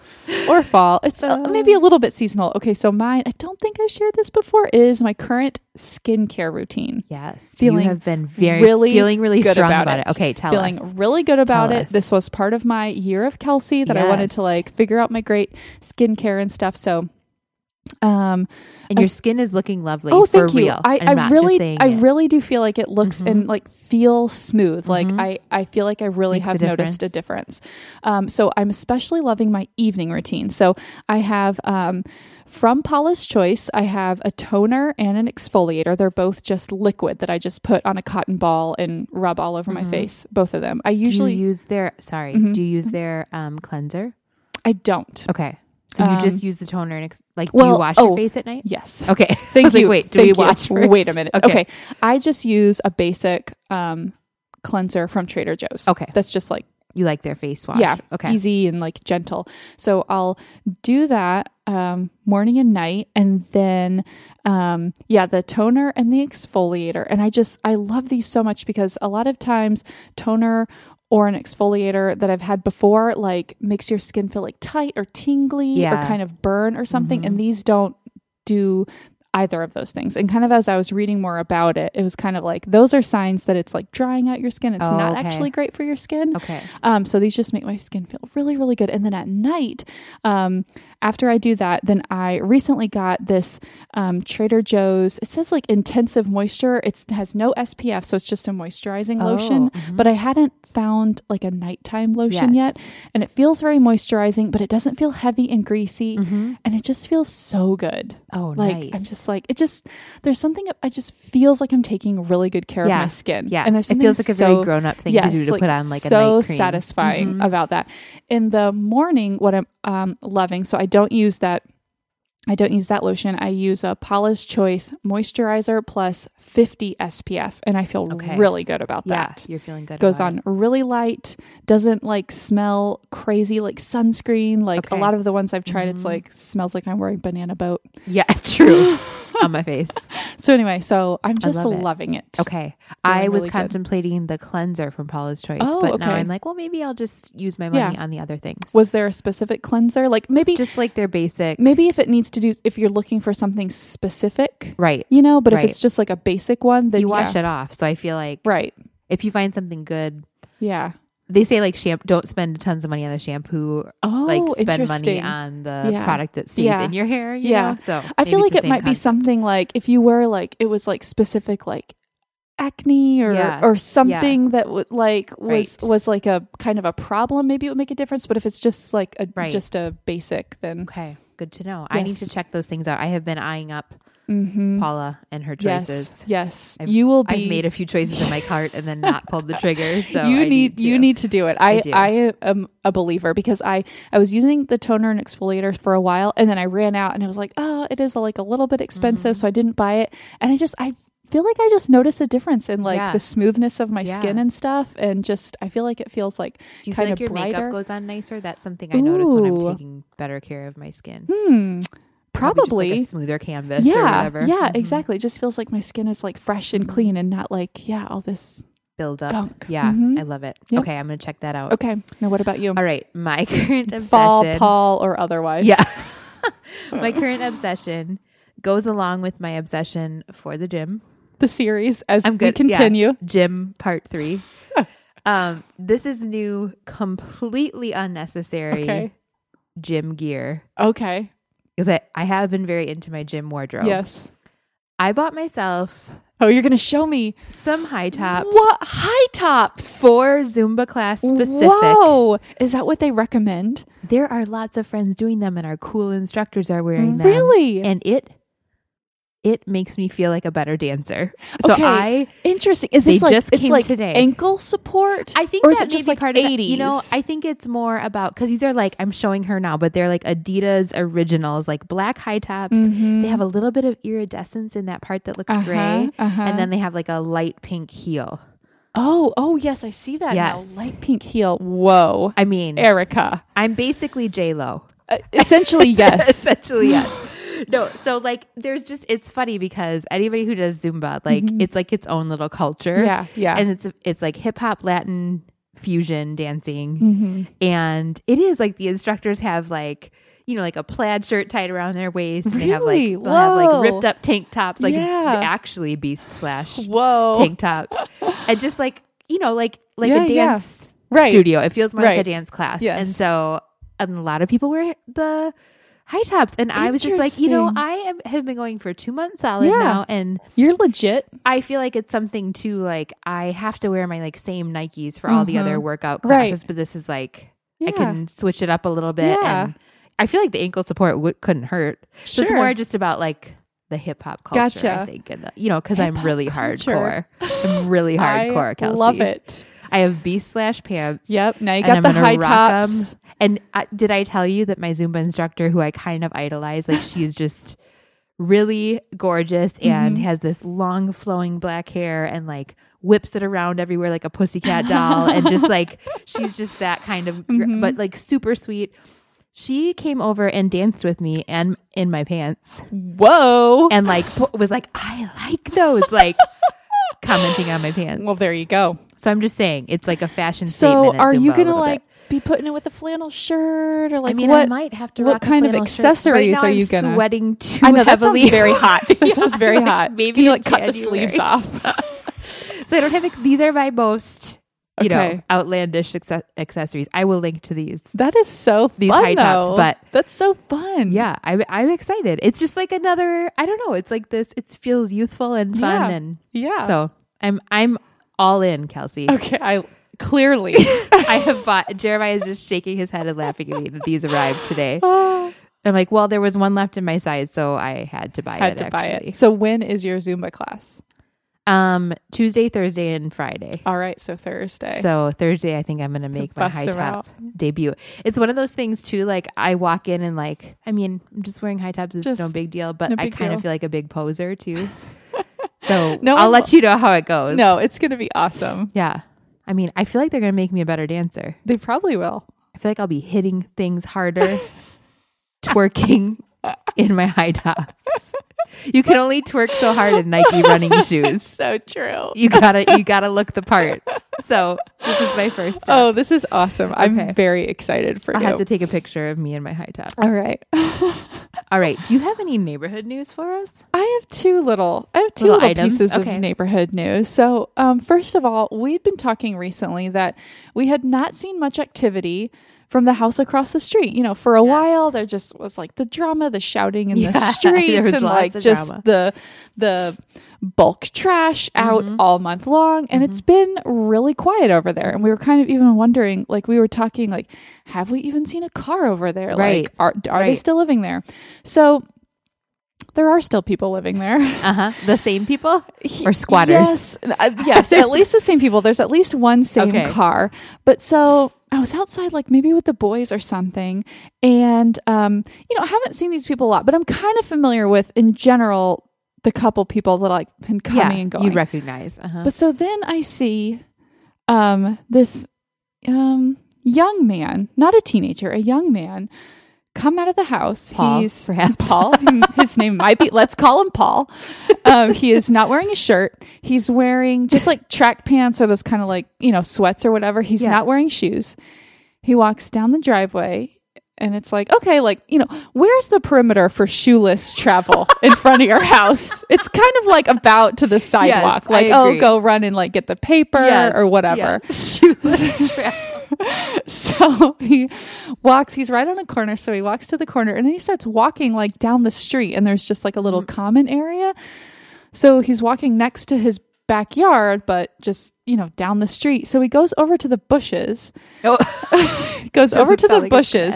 Speaker 1: or fall. It's
Speaker 2: Oh.
Speaker 1: a- maybe a little bit seasonal. Okay, so mine, I don't think I've shared this before, is my current skincare routine.
Speaker 2: Yes.
Speaker 1: Feeling
Speaker 2: you have been very
Speaker 1: really
Speaker 2: feeling really
Speaker 1: good
Speaker 2: strong
Speaker 1: about
Speaker 2: about,
Speaker 1: it.
Speaker 2: it. Okay, tell
Speaker 1: Feeling
Speaker 2: us.
Speaker 1: really good about
Speaker 2: Tell
Speaker 1: it.
Speaker 2: us.
Speaker 1: This was part of my year of Kelsey that I wanted to
Speaker 2: Yes.
Speaker 1: like figure out my great skincare and stuff. So, um,
Speaker 2: And your skin is looking lovely.
Speaker 1: Oh,
Speaker 2: for
Speaker 1: thank you.
Speaker 2: real.
Speaker 1: I,
Speaker 2: And I'm
Speaker 1: I
Speaker 2: not just
Speaker 1: really,
Speaker 2: saying
Speaker 1: I
Speaker 2: it.
Speaker 1: really do feel like it looks
Speaker 2: Mhm.
Speaker 1: and like feel smooth. Like
Speaker 2: Mhm.
Speaker 1: I, I feel like I really
Speaker 2: Makes a
Speaker 1: have noticed a difference. Um, so I'm especially loving my evening routine. So I have, um, from Paula's Choice, I have a toner and an exfoliator. They're both just liquid that I just put on a cotton ball and rub all over my
Speaker 2: Mhm.
Speaker 1: face. Both of them. I
Speaker 2: Do you
Speaker 1: usually,
Speaker 2: use their sorry,
Speaker 1: Mhm.
Speaker 2: do you use their um cleanser?
Speaker 1: I don't.
Speaker 2: Okay. So you
Speaker 1: Um,
Speaker 2: just use the toner and ex- like do
Speaker 1: well,
Speaker 2: you wash
Speaker 1: oh,
Speaker 2: your face at night?
Speaker 1: Yes.
Speaker 2: Okay. I
Speaker 1: Thank
Speaker 2: was like,
Speaker 1: you.
Speaker 2: wait, do
Speaker 1: Thank
Speaker 2: we
Speaker 1: you.
Speaker 2: watch first?
Speaker 1: Wait a minute. Okay.
Speaker 2: Okay.
Speaker 1: I just use a basic um, cleanser from Trader Joe's.
Speaker 2: Okay.
Speaker 1: That's just like
Speaker 2: You like their face wash.
Speaker 1: yeah,
Speaker 2: Okay.
Speaker 1: easy and like gentle. So I'll do that um, morning and night, and then um, yeah, the toner and the exfoliator. And I just I love these so much because a lot of times toner or an exfoliator that I've had before like makes your skin feel like tight or tingly or
Speaker 2: Yeah. Mm-hmm.
Speaker 1: kind of burn or something, and these don't do either of those things. And kind of as I was reading more about it, it was kind of like those are signs that it's like drying out your skin. It's
Speaker 2: Oh,
Speaker 1: not
Speaker 2: okay.
Speaker 1: actually great for your skin.
Speaker 2: Okay.
Speaker 1: Um, so these just make my skin feel really, really good. And then at night, um, after I do that, then I recently got this um, Trader Joe's. It says like intensive moisture. It's, it has no SPF, so it's just a moisturizing lotion.
Speaker 2: Oh, mhm.
Speaker 1: But I hadn't found like a nighttime lotion
Speaker 2: Yes.
Speaker 1: yet, and it feels very moisturizing, but it doesn't feel heavy and greasy,
Speaker 2: Mhm.
Speaker 1: and it just feels so good.
Speaker 2: Oh,
Speaker 1: Like
Speaker 2: nice.
Speaker 1: I'm just like it just there's something I just feels like I'm taking really good care of
Speaker 2: Yeah.
Speaker 1: my skin.
Speaker 2: yeah,
Speaker 1: and there's
Speaker 2: it
Speaker 1: something
Speaker 2: feels like a
Speaker 1: so
Speaker 2: very grown up thing to do to put on like
Speaker 1: so
Speaker 2: a night cream.
Speaker 1: satisfying
Speaker 2: Mhm.
Speaker 1: about that. In the morning, what I'm um, loving, so I don't use that. I don't use that lotion. I use a Paula's Choice moisturizer plus 50 SPF, and I feel
Speaker 2: Okay.
Speaker 1: really good about
Speaker 2: Yeah,
Speaker 1: that.
Speaker 2: you're feeling good.
Speaker 1: Goes
Speaker 2: about
Speaker 1: on really light, doesn't like smell crazy like sunscreen. Like a
Speaker 2: Okay.
Speaker 1: lot of the ones I've tried, it's
Speaker 2: Mhm.
Speaker 1: like smells like I'm wearing banana boat.
Speaker 2: it. Yeah, true. on my face.
Speaker 1: So anyway, so I'm
Speaker 2: I
Speaker 1: just
Speaker 2: love it.
Speaker 1: loving it.
Speaker 2: Okay. I was
Speaker 1: really good.
Speaker 2: contemplating the cleanser from Paula's Choice,
Speaker 1: Oh,
Speaker 2: but now
Speaker 1: okay.
Speaker 2: I'm like, well, maybe I'll just use my money
Speaker 1: Yeah.
Speaker 2: on the other things.
Speaker 1: Was there a specific cleanser? Like maybe
Speaker 2: just like their basic,
Speaker 1: maybe if it needs to do if you're looking for something specific,
Speaker 2: right?
Speaker 1: you know, but if
Speaker 2: Right.
Speaker 1: it's just like a basic one, then
Speaker 2: you wash
Speaker 1: yeah.
Speaker 2: it off. So I feel like
Speaker 1: Right.
Speaker 2: if you find something good,
Speaker 1: Yeah.
Speaker 2: they say like shampoo. Don't spend tons of money on the shampoo.
Speaker 1: Oh,
Speaker 2: like spend money
Speaker 1: interesting.
Speaker 2: on the
Speaker 1: Yeah.
Speaker 2: product that stays
Speaker 1: Yeah.
Speaker 2: in your hair. You
Speaker 1: Yeah.
Speaker 2: know? So
Speaker 1: I
Speaker 2: maybe
Speaker 1: feel
Speaker 2: it's
Speaker 1: like
Speaker 2: the
Speaker 1: it
Speaker 2: same
Speaker 1: might be
Speaker 2: concept.
Speaker 1: something like if you were like it was like specific like acne or
Speaker 2: Yeah.
Speaker 1: or something that would like was
Speaker 2: Right.
Speaker 1: was like a kind of a problem maybe it would make a difference but if it's just like a
Speaker 2: Right.
Speaker 1: just a basic then
Speaker 2: Okay, good to know. I need to
Speaker 1: Yes.
Speaker 2: check those things out. I have been eyeing up
Speaker 1: Mhm.
Speaker 2: Paula and her choices.
Speaker 1: yes yes
Speaker 2: I've-
Speaker 1: you will be
Speaker 2: I've made a few choices in my cart and then not pulled the trigger. So
Speaker 1: you
Speaker 2: I
Speaker 1: need, you
Speaker 2: to.
Speaker 1: need to do it. I
Speaker 2: I do.
Speaker 1: I, am a believer because I I was using the toner and exfoliator for a while and then I ran out and I was like, oh, it is like a little bit
Speaker 2: Mm-hmm.
Speaker 1: expensive, so I didn't buy it. And I just I feel like I just noticed a difference in like
Speaker 2: Yeah.
Speaker 1: the smoothness of my
Speaker 2: Yeah.
Speaker 1: skin and stuff, and just I feel like it feels like
Speaker 2: Do you feel
Speaker 1: kind
Speaker 2: like
Speaker 1: of
Speaker 2: your
Speaker 1: brighter.
Speaker 2: makeup goes on nicer? That's something I notice when I'm
Speaker 1: Ooh.
Speaker 2: taking better care of my skin.
Speaker 1: hmm,
Speaker 2: just
Speaker 1: probably.
Speaker 2: like a smoother canvas. or
Speaker 1: yeah,
Speaker 2: whatever.
Speaker 1: yeah,
Speaker 2: Mhm.
Speaker 1: exactly. It just feels like my skin is like fresh and clean and not like yeah, all this.
Speaker 2: Build up.
Speaker 1: Gunk.
Speaker 2: Yeah,
Speaker 1: Mhm.
Speaker 2: I love it.
Speaker 1: Yep.
Speaker 2: Okay, I'm gonna check that out.
Speaker 1: Okay, now what about you?
Speaker 2: All right, my current obsession.
Speaker 1: Fall, Paul, or otherwise.
Speaker 2: Yeah, my current obsession goes along with my obsession for the gym.
Speaker 1: the series as
Speaker 2: I'm
Speaker 1: we
Speaker 2: good. yeah.
Speaker 1: continue.
Speaker 2: Gym part three. um, this is new, completely unnecessary
Speaker 1: Okay.
Speaker 2: gym gear
Speaker 1: Okay.
Speaker 2: because I, I have been very into my gym wardrobe.
Speaker 1: Yes.
Speaker 2: I bought myself
Speaker 1: Oh, you're gonna show me
Speaker 2: some high tops
Speaker 1: What high tops?
Speaker 2: for Zumba class specific.
Speaker 1: Whoa! Is that what they recommend?
Speaker 2: There are lots of friends doing them, and our cool instructors are wearing them.
Speaker 1: Really?
Speaker 2: and it it makes me feel like a better dancer. So
Speaker 1: Okay.
Speaker 2: I
Speaker 1: Interesting. Is
Speaker 2: They
Speaker 1: this like
Speaker 2: just
Speaker 1: it's
Speaker 2: came
Speaker 1: like
Speaker 2: today.
Speaker 1: ankle support?
Speaker 2: I think
Speaker 1: Or
Speaker 2: or
Speaker 1: is
Speaker 2: that
Speaker 1: it
Speaker 2: may
Speaker 1: just
Speaker 2: be
Speaker 1: like
Speaker 2: part of it. You know,
Speaker 1: 80s?
Speaker 2: I think it's more about because these are like I'm showing her now, but they're like Adidas originals, like black high tops. They have a little bit of iridescence in that part that looks
Speaker 1: Uh-huh,
Speaker 2: gray,
Speaker 1: Mm-hmm. uh-huh.
Speaker 2: and then they have like a light pink heel.
Speaker 1: oh oh yes, I see that
Speaker 2: Yes.
Speaker 1: now. Light pink heel. Whoa,
Speaker 2: I mean,
Speaker 1: Erica.
Speaker 2: I'm basically J Lo.
Speaker 1: Uh, essentially, yes.
Speaker 2: essentially yes. No, so like there's just it's funny because anybody who does Zumba, like it's like its own little culture.
Speaker 1: Mm-hmm. Yeah, yeah.
Speaker 2: and it's it's like hip hop, Latin, fusion dancing.
Speaker 1: Mm-hmm.
Speaker 2: And it is like the instructors have like, you know, like a plaid shirt tied around their waist. And they have like,
Speaker 1: Really?
Speaker 2: they'll have
Speaker 1: Whoa.
Speaker 2: like ripped up tank tops, like
Speaker 1: Yeah.
Speaker 2: actually beast slash
Speaker 1: Whoa.
Speaker 2: tank tops. and just like, you know, like, like
Speaker 1: Yeah,
Speaker 2: a
Speaker 1: yeah.
Speaker 2: dance
Speaker 1: Right.
Speaker 2: studio. It feels more like a
Speaker 1: Right.
Speaker 2: dance class.
Speaker 1: Yes.
Speaker 2: And so and a lot of people wear the high tops. And I was just like, you know,
Speaker 1: Interesting.
Speaker 2: I am, have been going for two months solid
Speaker 1: Yeah.
Speaker 2: now. And
Speaker 1: You're legit.
Speaker 2: I feel like it's something too, like I have to wear my like same Nikes for all the other
Speaker 1: Mhm.
Speaker 2: workout
Speaker 1: Right.
Speaker 2: classes, but this is like,
Speaker 1: Yeah.
Speaker 2: I can switch it up a little bit.
Speaker 1: Yeah.
Speaker 2: And I feel like the ankle support would couldn't hurt. So
Speaker 1: sure.
Speaker 2: it's more just about like the hip hop culture, I
Speaker 1: Gotcha.
Speaker 2: think. And the, you know, because I'm
Speaker 1: Hip-hop
Speaker 2: really
Speaker 1: culture.
Speaker 2: hardcore. I'm really hardcore,
Speaker 1: I
Speaker 2: Kelsey.
Speaker 1: love it.
Speaker 2: I have beast slash pants.
Speaker 1: Yep. Now you
Speaker 2: And
Speaker 1: got
Speaker 2: I'm
Speaker 1: the
Speaker 2: gonna
Speaker 1: high
Speaker 2: rock 'em.
Speaker 1: tops.
Speaker 2: And uh, did I tell you that my Zumba instructor, who I kind of idolize, like she's just really gorgeous and
Speaker 1: Mm-hmm.
Speaker 2: has this long flowing black hair and like whips it around everywhere like a pussycat doll and just like she's just that kind of gr-
Speaker 1: Mhm.
Speaker 2: but like super sweet. She came over and danced with me and in my pants
Speaker 1: Whoa.
Speaker 2: and like po- was like I like those like commenting on my pants.
Speaker 1: well, there you go.
Speaker 2: so I'm just saying it's like a fashion
Speaker 1: So,
Speaker 2: statement. at
Speaker 1: are you
Speaker 2: Zumba a
Speaker 1: gonna
Speaker 2: little bit.
Speaker 1: like be putting it with a flannel shirt or like
Speaker 2: I mean,
Speaker 1: what?
Speaker 2: I might have to.
Speaker 1: what
Speaker 2: rock a
Speaker 1: kind of
Speaker 2: flannel shirt.
Speaker 1: accessories
Speaker 2: right now
Speaker 1: are
Speaker 2: I'm
Speaker 1: you gonna-
Speaker 2: Sweating too
Speaker 1: I know that
Speaker 2: heavily.
Speaker 1: sounds very hot. That
Speaker 2: Yeah,
Speaker 1: sounds very
Speaker 2: like,
Speaker 1: hot.
Speaker 2: Maybe
Speaker 1: Can you
Speaker 2: in
Speaker 1: like cut the
Speaker 2: January.
Speaker 1: sleeves off?
Speaker 2: So I don't have. ex- These are my most, you know,
Speaker 1: Okay.
Speaker 2: outlandish success- accessories. I will link to these.
Speaker 1: That is so
Speaker 2: These
Speaker 1: fun,
Speaker 2: high tops,
Speaker 1: though.
Speaker 2: but-
Speaker 1: that's so fun.
Speaker 2: Yeah, I'm, I'm excited. It's just like another. I don't know. It's like this. It feels youthful and
Speaker 1: Yeah.
Speaker 2: fun, and
Speaker 1: yeah.
Speaker 2: so I'm I'm all in, Kelsey.
Speaker 1: okay, I clearly.
Speaker 2: I have bought. Jeremiah is just shaking his head and laughing at me that these arrived today.
Speaker 1: Ah.
Speaker 2: I'm like, well, there was one left in my size, so I had to buy
Speaker 1: had
Speaker 2: it.
Speaker 1: to buy
Speaker 2: actually.
Speaker 1: it. So when is your Zumba class?
Speaker 2: Um, Tuesday, Thursday, and Friday.
Speaker 1: All right, so Thursday.
Speaker 2: So Thursday, I think I'm gonna make my
Speaker 1: bust
Speaker 2: high
Speaker 1: 'em
Speaker 2: top
Speaker 1: out.
Speaker 2: debut. It's one of those things too. Like I walk in and like, I mean, I'm just wearing high tops. It's
Speaker 1: Just
Speaker 2: no big deal, but
Speaker 1: no
Speaker 2: I
Speaker 1: big
Speaker 2: kind of
Speaker 1: deal.
Speaker 2: feel like a big poser too. so
Speaker 1: No,
Speaker 2: I'll
Speaker 1: I'm-
Speaker 2: let you know how it goes.
Speaker 1: no, it's going to be awesome.
Speaker 2: yeah. I mean, I feel like they're gonna make me a better dancer.
Speaker 1: They probably will.
Speaker 2: I feel like I'll be hitting things harder, twerking in my high tops. You can only twerk so hard in Nike running shoes.
Speaker 1: So true.
Speaker 2: you gotta you gotta look the part. So this is my first. Step.
Speaker 1: Oh, this is awesome.
Speaker 2: Okay.
Speaker 1: I'm very excited for
Speaker 2: I
Speaker 1: you.
Speaker 2: have to take a picture of me in my high top.
Speaker 1: All right.
Speaker 2: All right. Do you have any neighborhood news for us?
Speaker 1: I have two little. I have two
Speaker 2: Little
Speaker 1: little,
Speaker 2: items?
Speaker 1: pieces
Speaker 2: Okay.
Speaker 1: of neighborhood news. So, um, first of all, we'd been talking recently that we had not seen much activity from the house across the street. You know, for a
Speaker 2: Yes.
Speaker 1: while there just was like the drama, the shouting in
Speaker 2: Yeah,
Speaker 1: the
Speaker 2: there was
Speaker 1: streets, and
Speaker 2: lots
Speaker 1: like
Speaker 2: of
Speaker 1: just
Speaker 2: drama.
Speaker 1: the the bulk trash out
Speaker 2: Mm-hmm.
Speaker 1: all month long. And it's been really quiet over there. And we were kind of even wondering, like we were talking, like have we even seen a car over there?
Speaker 2: Right.
Speaker 1: Like, are are they
Speaker 2: Right.
Speaker 1: still living there? So. There are still people living there.
Speaker 2: Uh huh. The same people
Speaker 1: He-
Speaker 2: or squatters?
Speaker 1: Yes, uh, yes. at least the same people. There's at least one same
Speaker 2: Okay.
Speaker 1: car. But so I was outside, like maybe with the boys or something, and um, you know, I haven't seen these people a lot, but I'm kind of familiar with in general the couple people that like been coming and going.
Speaker 2: you recognize. Uh huh.
Speaker 1: But so then I see um, this um, young man, not a teenager, a young man, come out of the house.
Speaker 2: Paul,
Speaker 1: He's
Speaker 2: perhaps.
Speaker 1: Paul. His name might be. Let's call him Paul. Um, he is not wearing a shirt. He's wearing just like track pants or those kind of like you know sweats or whatever. He's
Speaker 2: Yeah.
Speaker 1: not wearing shoes. He walks down the driveway. And it's like, okay, like, you know, where's the perimeter for shoeless travel in front of your house? It's kind of like about to the sidewalk.
Speaker 2: I
Speaker 1: like, oh,
Speaker 2: agree.
Speaker 1: go run and like get the paper or whatever. So he walks, he's right on a corner. So he walks to the corner and then he starts walking like down the street and there's just like a little common area. So he's walking next to his backyard, but just, you know, down the street. So he goes over to the bushes, Oh, goes over to the bushes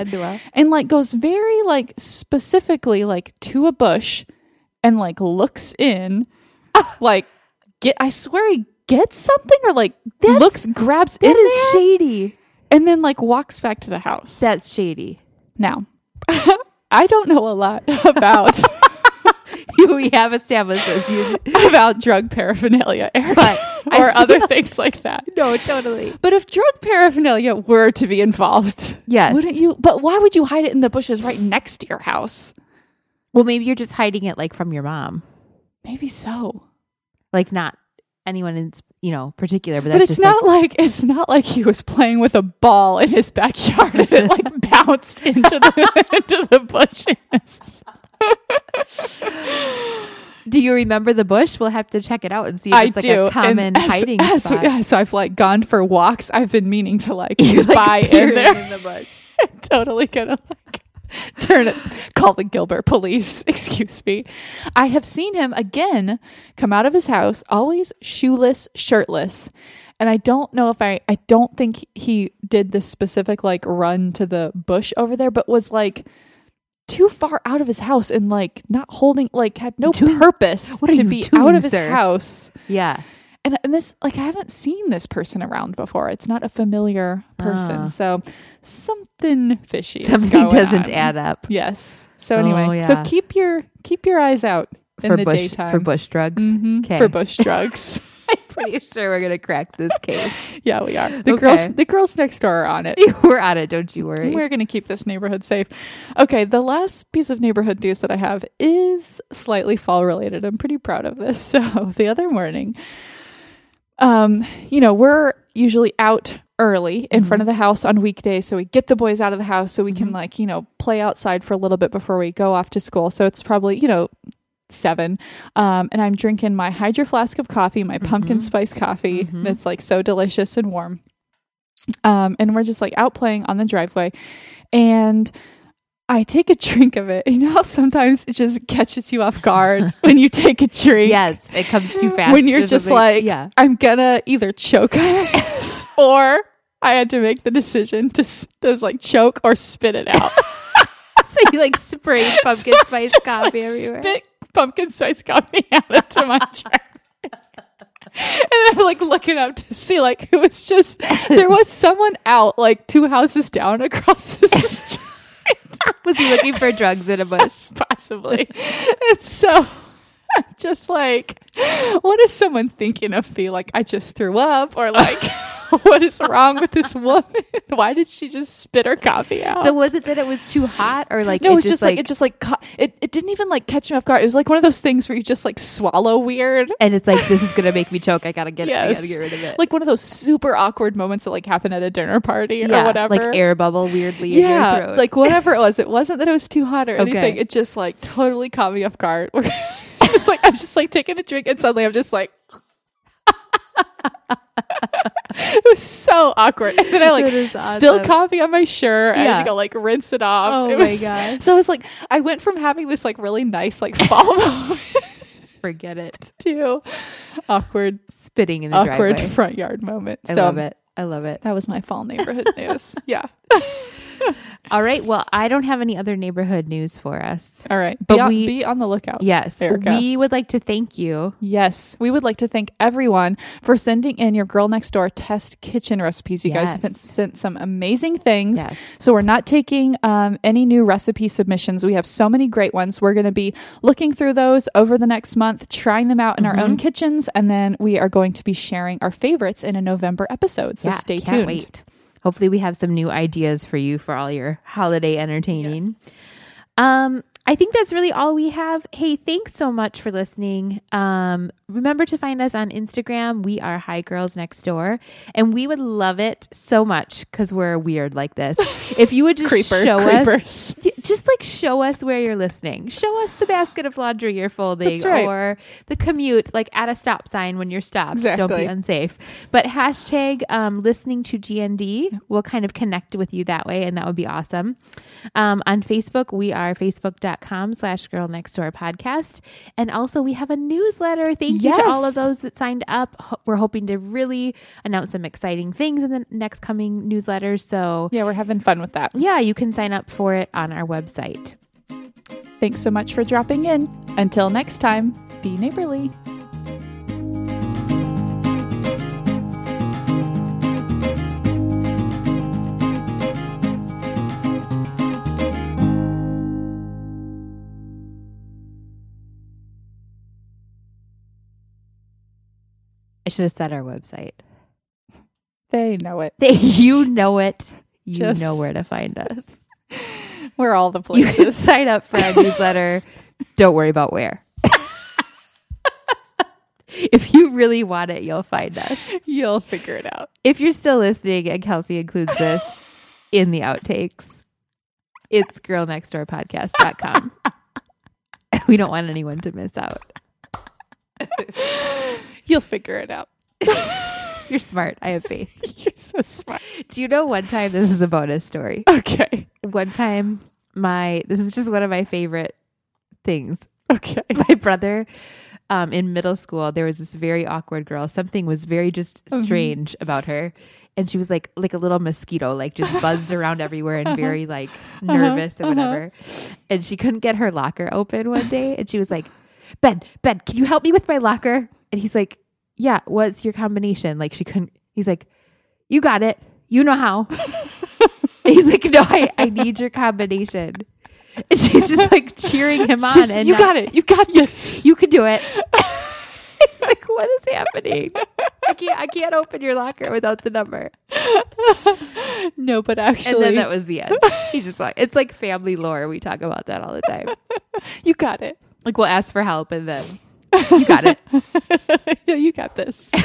Speaker 1: and like goes very like specifically like to a bush and like looks in like get i swear he gets something or like
Speaker 2: That's-
Speaker 1: looks grabs in
Speaker 2: That is
Speaker 1: there,
Speaker 2: shady.
Speaker 1: and then like walks back to the house
Speaker 2: That's shady.
Speaker 1: now i don't know a lot about
Speaker 2: we have established this. You-
Speaker 1: about drug paraphernalia Erica,
Speaker 2: But I
Speaker 1: or
Speaker 2: feel-
Speaker 1: other things like that
Speaker 2: no, totally.
Speaker 1: but if drug paraphernalia were to be involved
Speaker 2: Yes.
Speaker 1: wouldn't you but why would you hide it in the bushes right next to your house
Speaker 2: Well, maybe you're just hiding it like from your mom,
Speaker 1: maybe so
Speaker 2: like not anyone in s- you know particular, but that's
Speaker 1: But it's
Speaker 2: just
Speaker 1: not like, it's not like he was playing with a ball in his backyard and it like bounced into the into the bushes.
Speaker 2: like. Do you remember the bush? We'll have to check it out and see if
Speaker 1: I
Speaker 2: it's like
Speaker 1: do.
Speaker 2: a
Speaker 1: and
Speaker 2: common
Speaker 1: as-
Speaker 2: hiding
Speaker 1: as-
Speaker 2: spot.
Speaker 1: yeah, so I've like gone for walks. I've been meaning to like
Speaker 2: You, like,
Speaker 1: spy
Speaker 2: peer
Speaker 1: in there.
Speaker 2: in the bush.
Speaker 1: totally gonna like turn it call the gilbert police excuse me i have seen him again come out of his house always shoeless shirtless and i don't know if i i don't think he did this specific like run to the bush over there but was like too far out of his house and like not holding like had no
Speaker 2: Doing-
Speaker 1: purpose
Speaker 2: What are
Speaker 1: to
Speaker 2: you
Speaker 1: be
Speaker 2: doing,
Speaker 1: out of his
Speaker 2: sir?
Speaker 1: house
Speaker 2: Yeah.
Speaker 1: and, and this like i haven't seen this person around before it's not a familiar person
Speaker 2: Ah.
Speaker 1: so something fishy is
Speaker 2: Something
Speaker 1: going
Speaker 2: doesn't
Speaker 1: on.
Speaker 2: add up
Speaker 1: yes so
Speaker 2: Oh,
Speaker 1: anyway so
Speaker 2: yeah.
Speaker 1: keep your keep your eyes out in
Speaker 2: for
Speaker 1: the
Speaker 2: bush
Speaker 1: daytime
Speaker 2: for bush drugs.
Speaker 1: Mhm,
Speaker 2: Okay.
Speaker 1: for bush drugs
Speaker 2: I'm pretty sure we're gonna crack this case.
Speaker 1: yeah we are the
Speaker 2: Okay.
Speaker 1: girls the girls next door are on it
Speaker 2: we're on it. Don't you worry.
Speaker 1: we're going to keep this neighborhood safe okay the last piece of neighborhood news that i have is slightly fall related i'm pretty proud of this so the other morning um, you know, we're usually out early in front of the house on weekdays. So we get the boys out of the house so we can, like, you know, play outside for a little bit before we go off to school. So it's probably, you know, seven. Um, and I'm drinking my Hydro Flask of coffee, my
Speaker 2: Mm-hmm.
Speaker 1: pumpkin spice coffee
Speaker 2: Mhm.
Speaker 1: that's like so delicious and warm. Um, and we're just like out playing on the driveway. And I take a drink of it. You know how sometimes it just catches you off guard when you take a drink?
Speaker 2: Yes, it comes too fast.
Speaker 1: when you're
Speaker 2: or
Speaker 1: just
Speaker 2: something.
Speaker 1: like,
Speaker 2: yeah,
Speaker 1: I'm gonna either choke on this or I had to make the decision to s- does like choke or spit it out.
Speaker 2: so you like sprayed pumpkin
Speaker 1: So I
Speaker 2: spice
Speaker 1: just,
Speaker 2: coffee
Speaker 1: like,
Speaker 2: everywhere.
Speaker 1: Spit pumpkin spice coffee out into my drink. And I'm like looking up to see like who was just there was someone out like two houses down across the street.
Speaker 2: Was he looking for drugs in a bush?
Speaker 1: possibly. and so I'm just like, what is someone thinking of me? Like, I just threw up, or like, what is wrong with this woman? Why did she just spit her coffee out?
Speaker 2: So was it that it was too hot, or like
Speaker 1: no,
Speaker 2: it
Speaker 1: it was just like, it just like ca- it, it didn't even like catch me off guard. It was like one of those things where you just like swallow weird.
Speaker 2: and it's like this is gonna make me choke. I gotta get it. I
Speaker 1: Yes.
Speaker 2: gotta get rid of it.
Speaker 1: Like one of those super awkward moments that like happen at a dinner party or whatever.
Speaker 2: like air bubble weirdly. in your
Speaker 1: yeah,
Speaker 2: throat.
Speaker 1: like whatever it was. It wasn't that it was too hot or
Speaker 2: Okay.
Speaker 1: anything. It just like totally caught me off guard. it's just like I'm just like taking a drink and suddenly I'm just like It was so awkward. And then I
Speaker 2: That is
Speaker 1: like
Speaker 2: awesome.
Speaker 1: spilled coffee on my shirt. I had
Speaker 2: Yeah.
Speaker 1: to go like rinse it off.
Speaker 2: Oh
Speaker 1: It
Speaker 2: my
Speaker 1: was-
Speaker 2: gosh.
Speaker 1: So I was like I went from having this like really nice like fall moment
Speaker 2: forget it.
Speaker 1: to awkward
Speaker 2: Spitting in the
Speaker 1: awkward
Speaker 2: driveway.
Speaker 1: front yard moment.
Speaker 2: I
Speaker 1: so
Speaker 2: love it. I love it.
Speaker 1: that was my fall neighborhood news. Yeah.
Speaker 2: All right. Well, I don't have any other neighborhood news for us.
Speaker 1: All right.
Speaker 2: But
Speaker 1: be, on,
Speaker 2: we-
Speaker 1: be on the lookout.
Speaker 2: Yes,
Speaker 1: Erica.
Speaker 2: we would like to thank you.
Speaker 1: Yes, we would like to thank everyone for sending in your girl next door test kitchen recipes. You guys
Speaker 2: Yes.
Speaker 1: have sent some amazing things.
Speaker 2: Yes.
Speaker 1: So we're not taking um, any new recipe submissions. We have so many great ones. We're going to be looking through those over the next month, trying them out in our own
Speaker 2: Mm-hmm.
Speaker 1: kitchens, and then we are going to be sharing our favorites in a November episode. So
Speaker 2: Yeah,
Speaker 1: stay
Speaker 2: can't
Speaker 1: tuned.
Speaker 2: Wait. Hopefully, we have some new ideas for you for all your holiday entertaining. Um, I think that's really all we have. Hey, thanks so much for listening. Um, remember to find us on Instagram. We are High Girls Next Door, and we would love it so much because we're weird like this. If you would just
Speaker 1: Creeper,
Speaker 2: show us.
Speaker 1: creepers.
Speaker 2: Yeah, just like show us where you're listening. Show us the basket of laundry you're folding
Speaker 1: That's right.
Speaker 2: or the commute, like at a stop sign when you're stopped. Don't
Speaker 1: Exactly.
Speaker 2: be unsafe. But hashtag um, listening to GND. We'll kind of connect with you that way, and that would be awesome. Um, on Facebook, we are facebook.com slash girl next door podcast. And also, we have a newsletter. Thank you to all of
Speaker 1: Yes.
Speaker 2: those that signed up. Ho- We're hoping to really announce some exciting things in the next coming newsletter. So,
Speaker 1: Yeah, we're having fun with that.
Speaker 2: yeah, you can sign up for it on our website.
Speaker 1: Thanks so much for dropping in. Until next time, be neighborly.
Speaker 2: I should have said our website.
Speaker 1: They know it.
Speaker 2: They, you know it. You
Speaker 1: Just-
Speaker 2: know where to find us.
Speaker 1: We're all the
Speaker 2: You can
Speaker 1: places.
Speaker 2: sign up for our newsletter. Don't worry about where. if you really want it, you'll find us.
Speaker 1: You'll figure it out.
Speaker 2: If you're still listening, and Kelsey includes this in the outtakes, it's girlnextdoorpodcast.com. we don't want anyone to miss out.
Speaker 1: You'll figure it out.
Speaker 2: You're smart. I have faith.
Speaker 1: You're so smart.
Speaker 2: Do you know one time this is a bonus story?
Speaker 1: Okay.
Speaker 2: One time my this is just one of my favorite things.
Speaker 1: Okay.
Speaker 2: My brother um in middle school there was this very awkward girl. Something was very just
Speaker 1: Mhm.
Speaker 2: strange about her and she was like like a little mosquito like just buzzed around everywhere and very like nervous
Speaker 1: uh-huh.
Speaker 2: and whatever. And she couldn't get her locker open one day and she was like, "Ben, Ben, can you help me with my locker?" And he's like, "Yeah, what's your combination?" Like she couldn't he's like, "You got it. You know how." And he's like, no, I, I need your combination. And she's just like cheering him on.
Speaker 1: Just-
Speaker 2: and
Speaker 1: you
Speaker 2: not-
Speaker 1: got it. You got this.
Speaker 2: You can do it. It's like, what is happening? I can't. I can't open your locker without the number.
Speaker 1: no, but
Speaker 2: And
Speaker 1: actually,
Speaker 2: then that was the end. He just like it's like family lore. We talk about that all the time.
Speaker 1: you got it.
Speaker 2: Like we'll ask for help, and then you got it.
Speaker 1: yeah, you got this.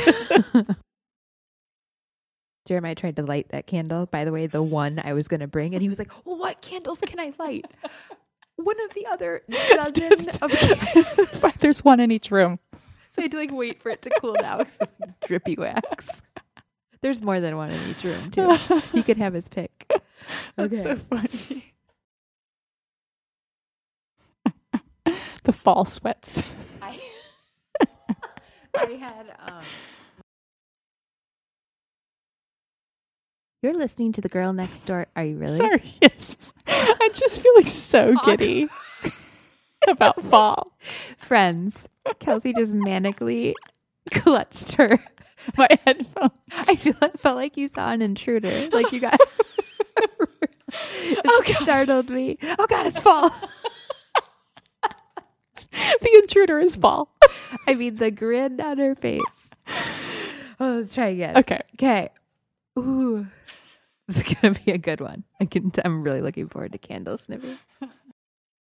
Speaker 2: Jeremiah tried to light that candle. By the way, the one I was going to bring, and he was like, well, "What candles can I light?" One of the other dozen of candles.
Speaker 1: But There's one in each room.
Speaker 2: So I had to like wait for it to cool down. 'cause It's like drippy wax. There's more than one in each room too. He could have his pick.
Speaker 1: That's
Speaker 2: Okay.
Speaker 1: so funny. the fall sweats.
Speaker 2: I, I had. Um... You're listening to the girl next door. Are you really?
Speaker 1: Sorry, yes. I just feel like so
Speaker 2: Awkward.
Speaker 1: giddy about fall.
Speaker 2: Friends. Kelsey just manically clutched her.
Speaker 1: My headphones.
Speaker 2: I feel it felt like you saw an intruder. Like you got.
Speaker 1: Oh,
Speaker 2: it
Speaker 1: gosh.
Speaker 2: startled me. Oh God, it's fall.
Speaker 1: The intruder is fall.
Speaker 2: I mean, the grin on her face. Oh, let's try again.
Speaker 1: Okay.
Speaker 2: Okay. Ooh. This is gonna be a good one. I can. I'm really looking forward to candle sniffing.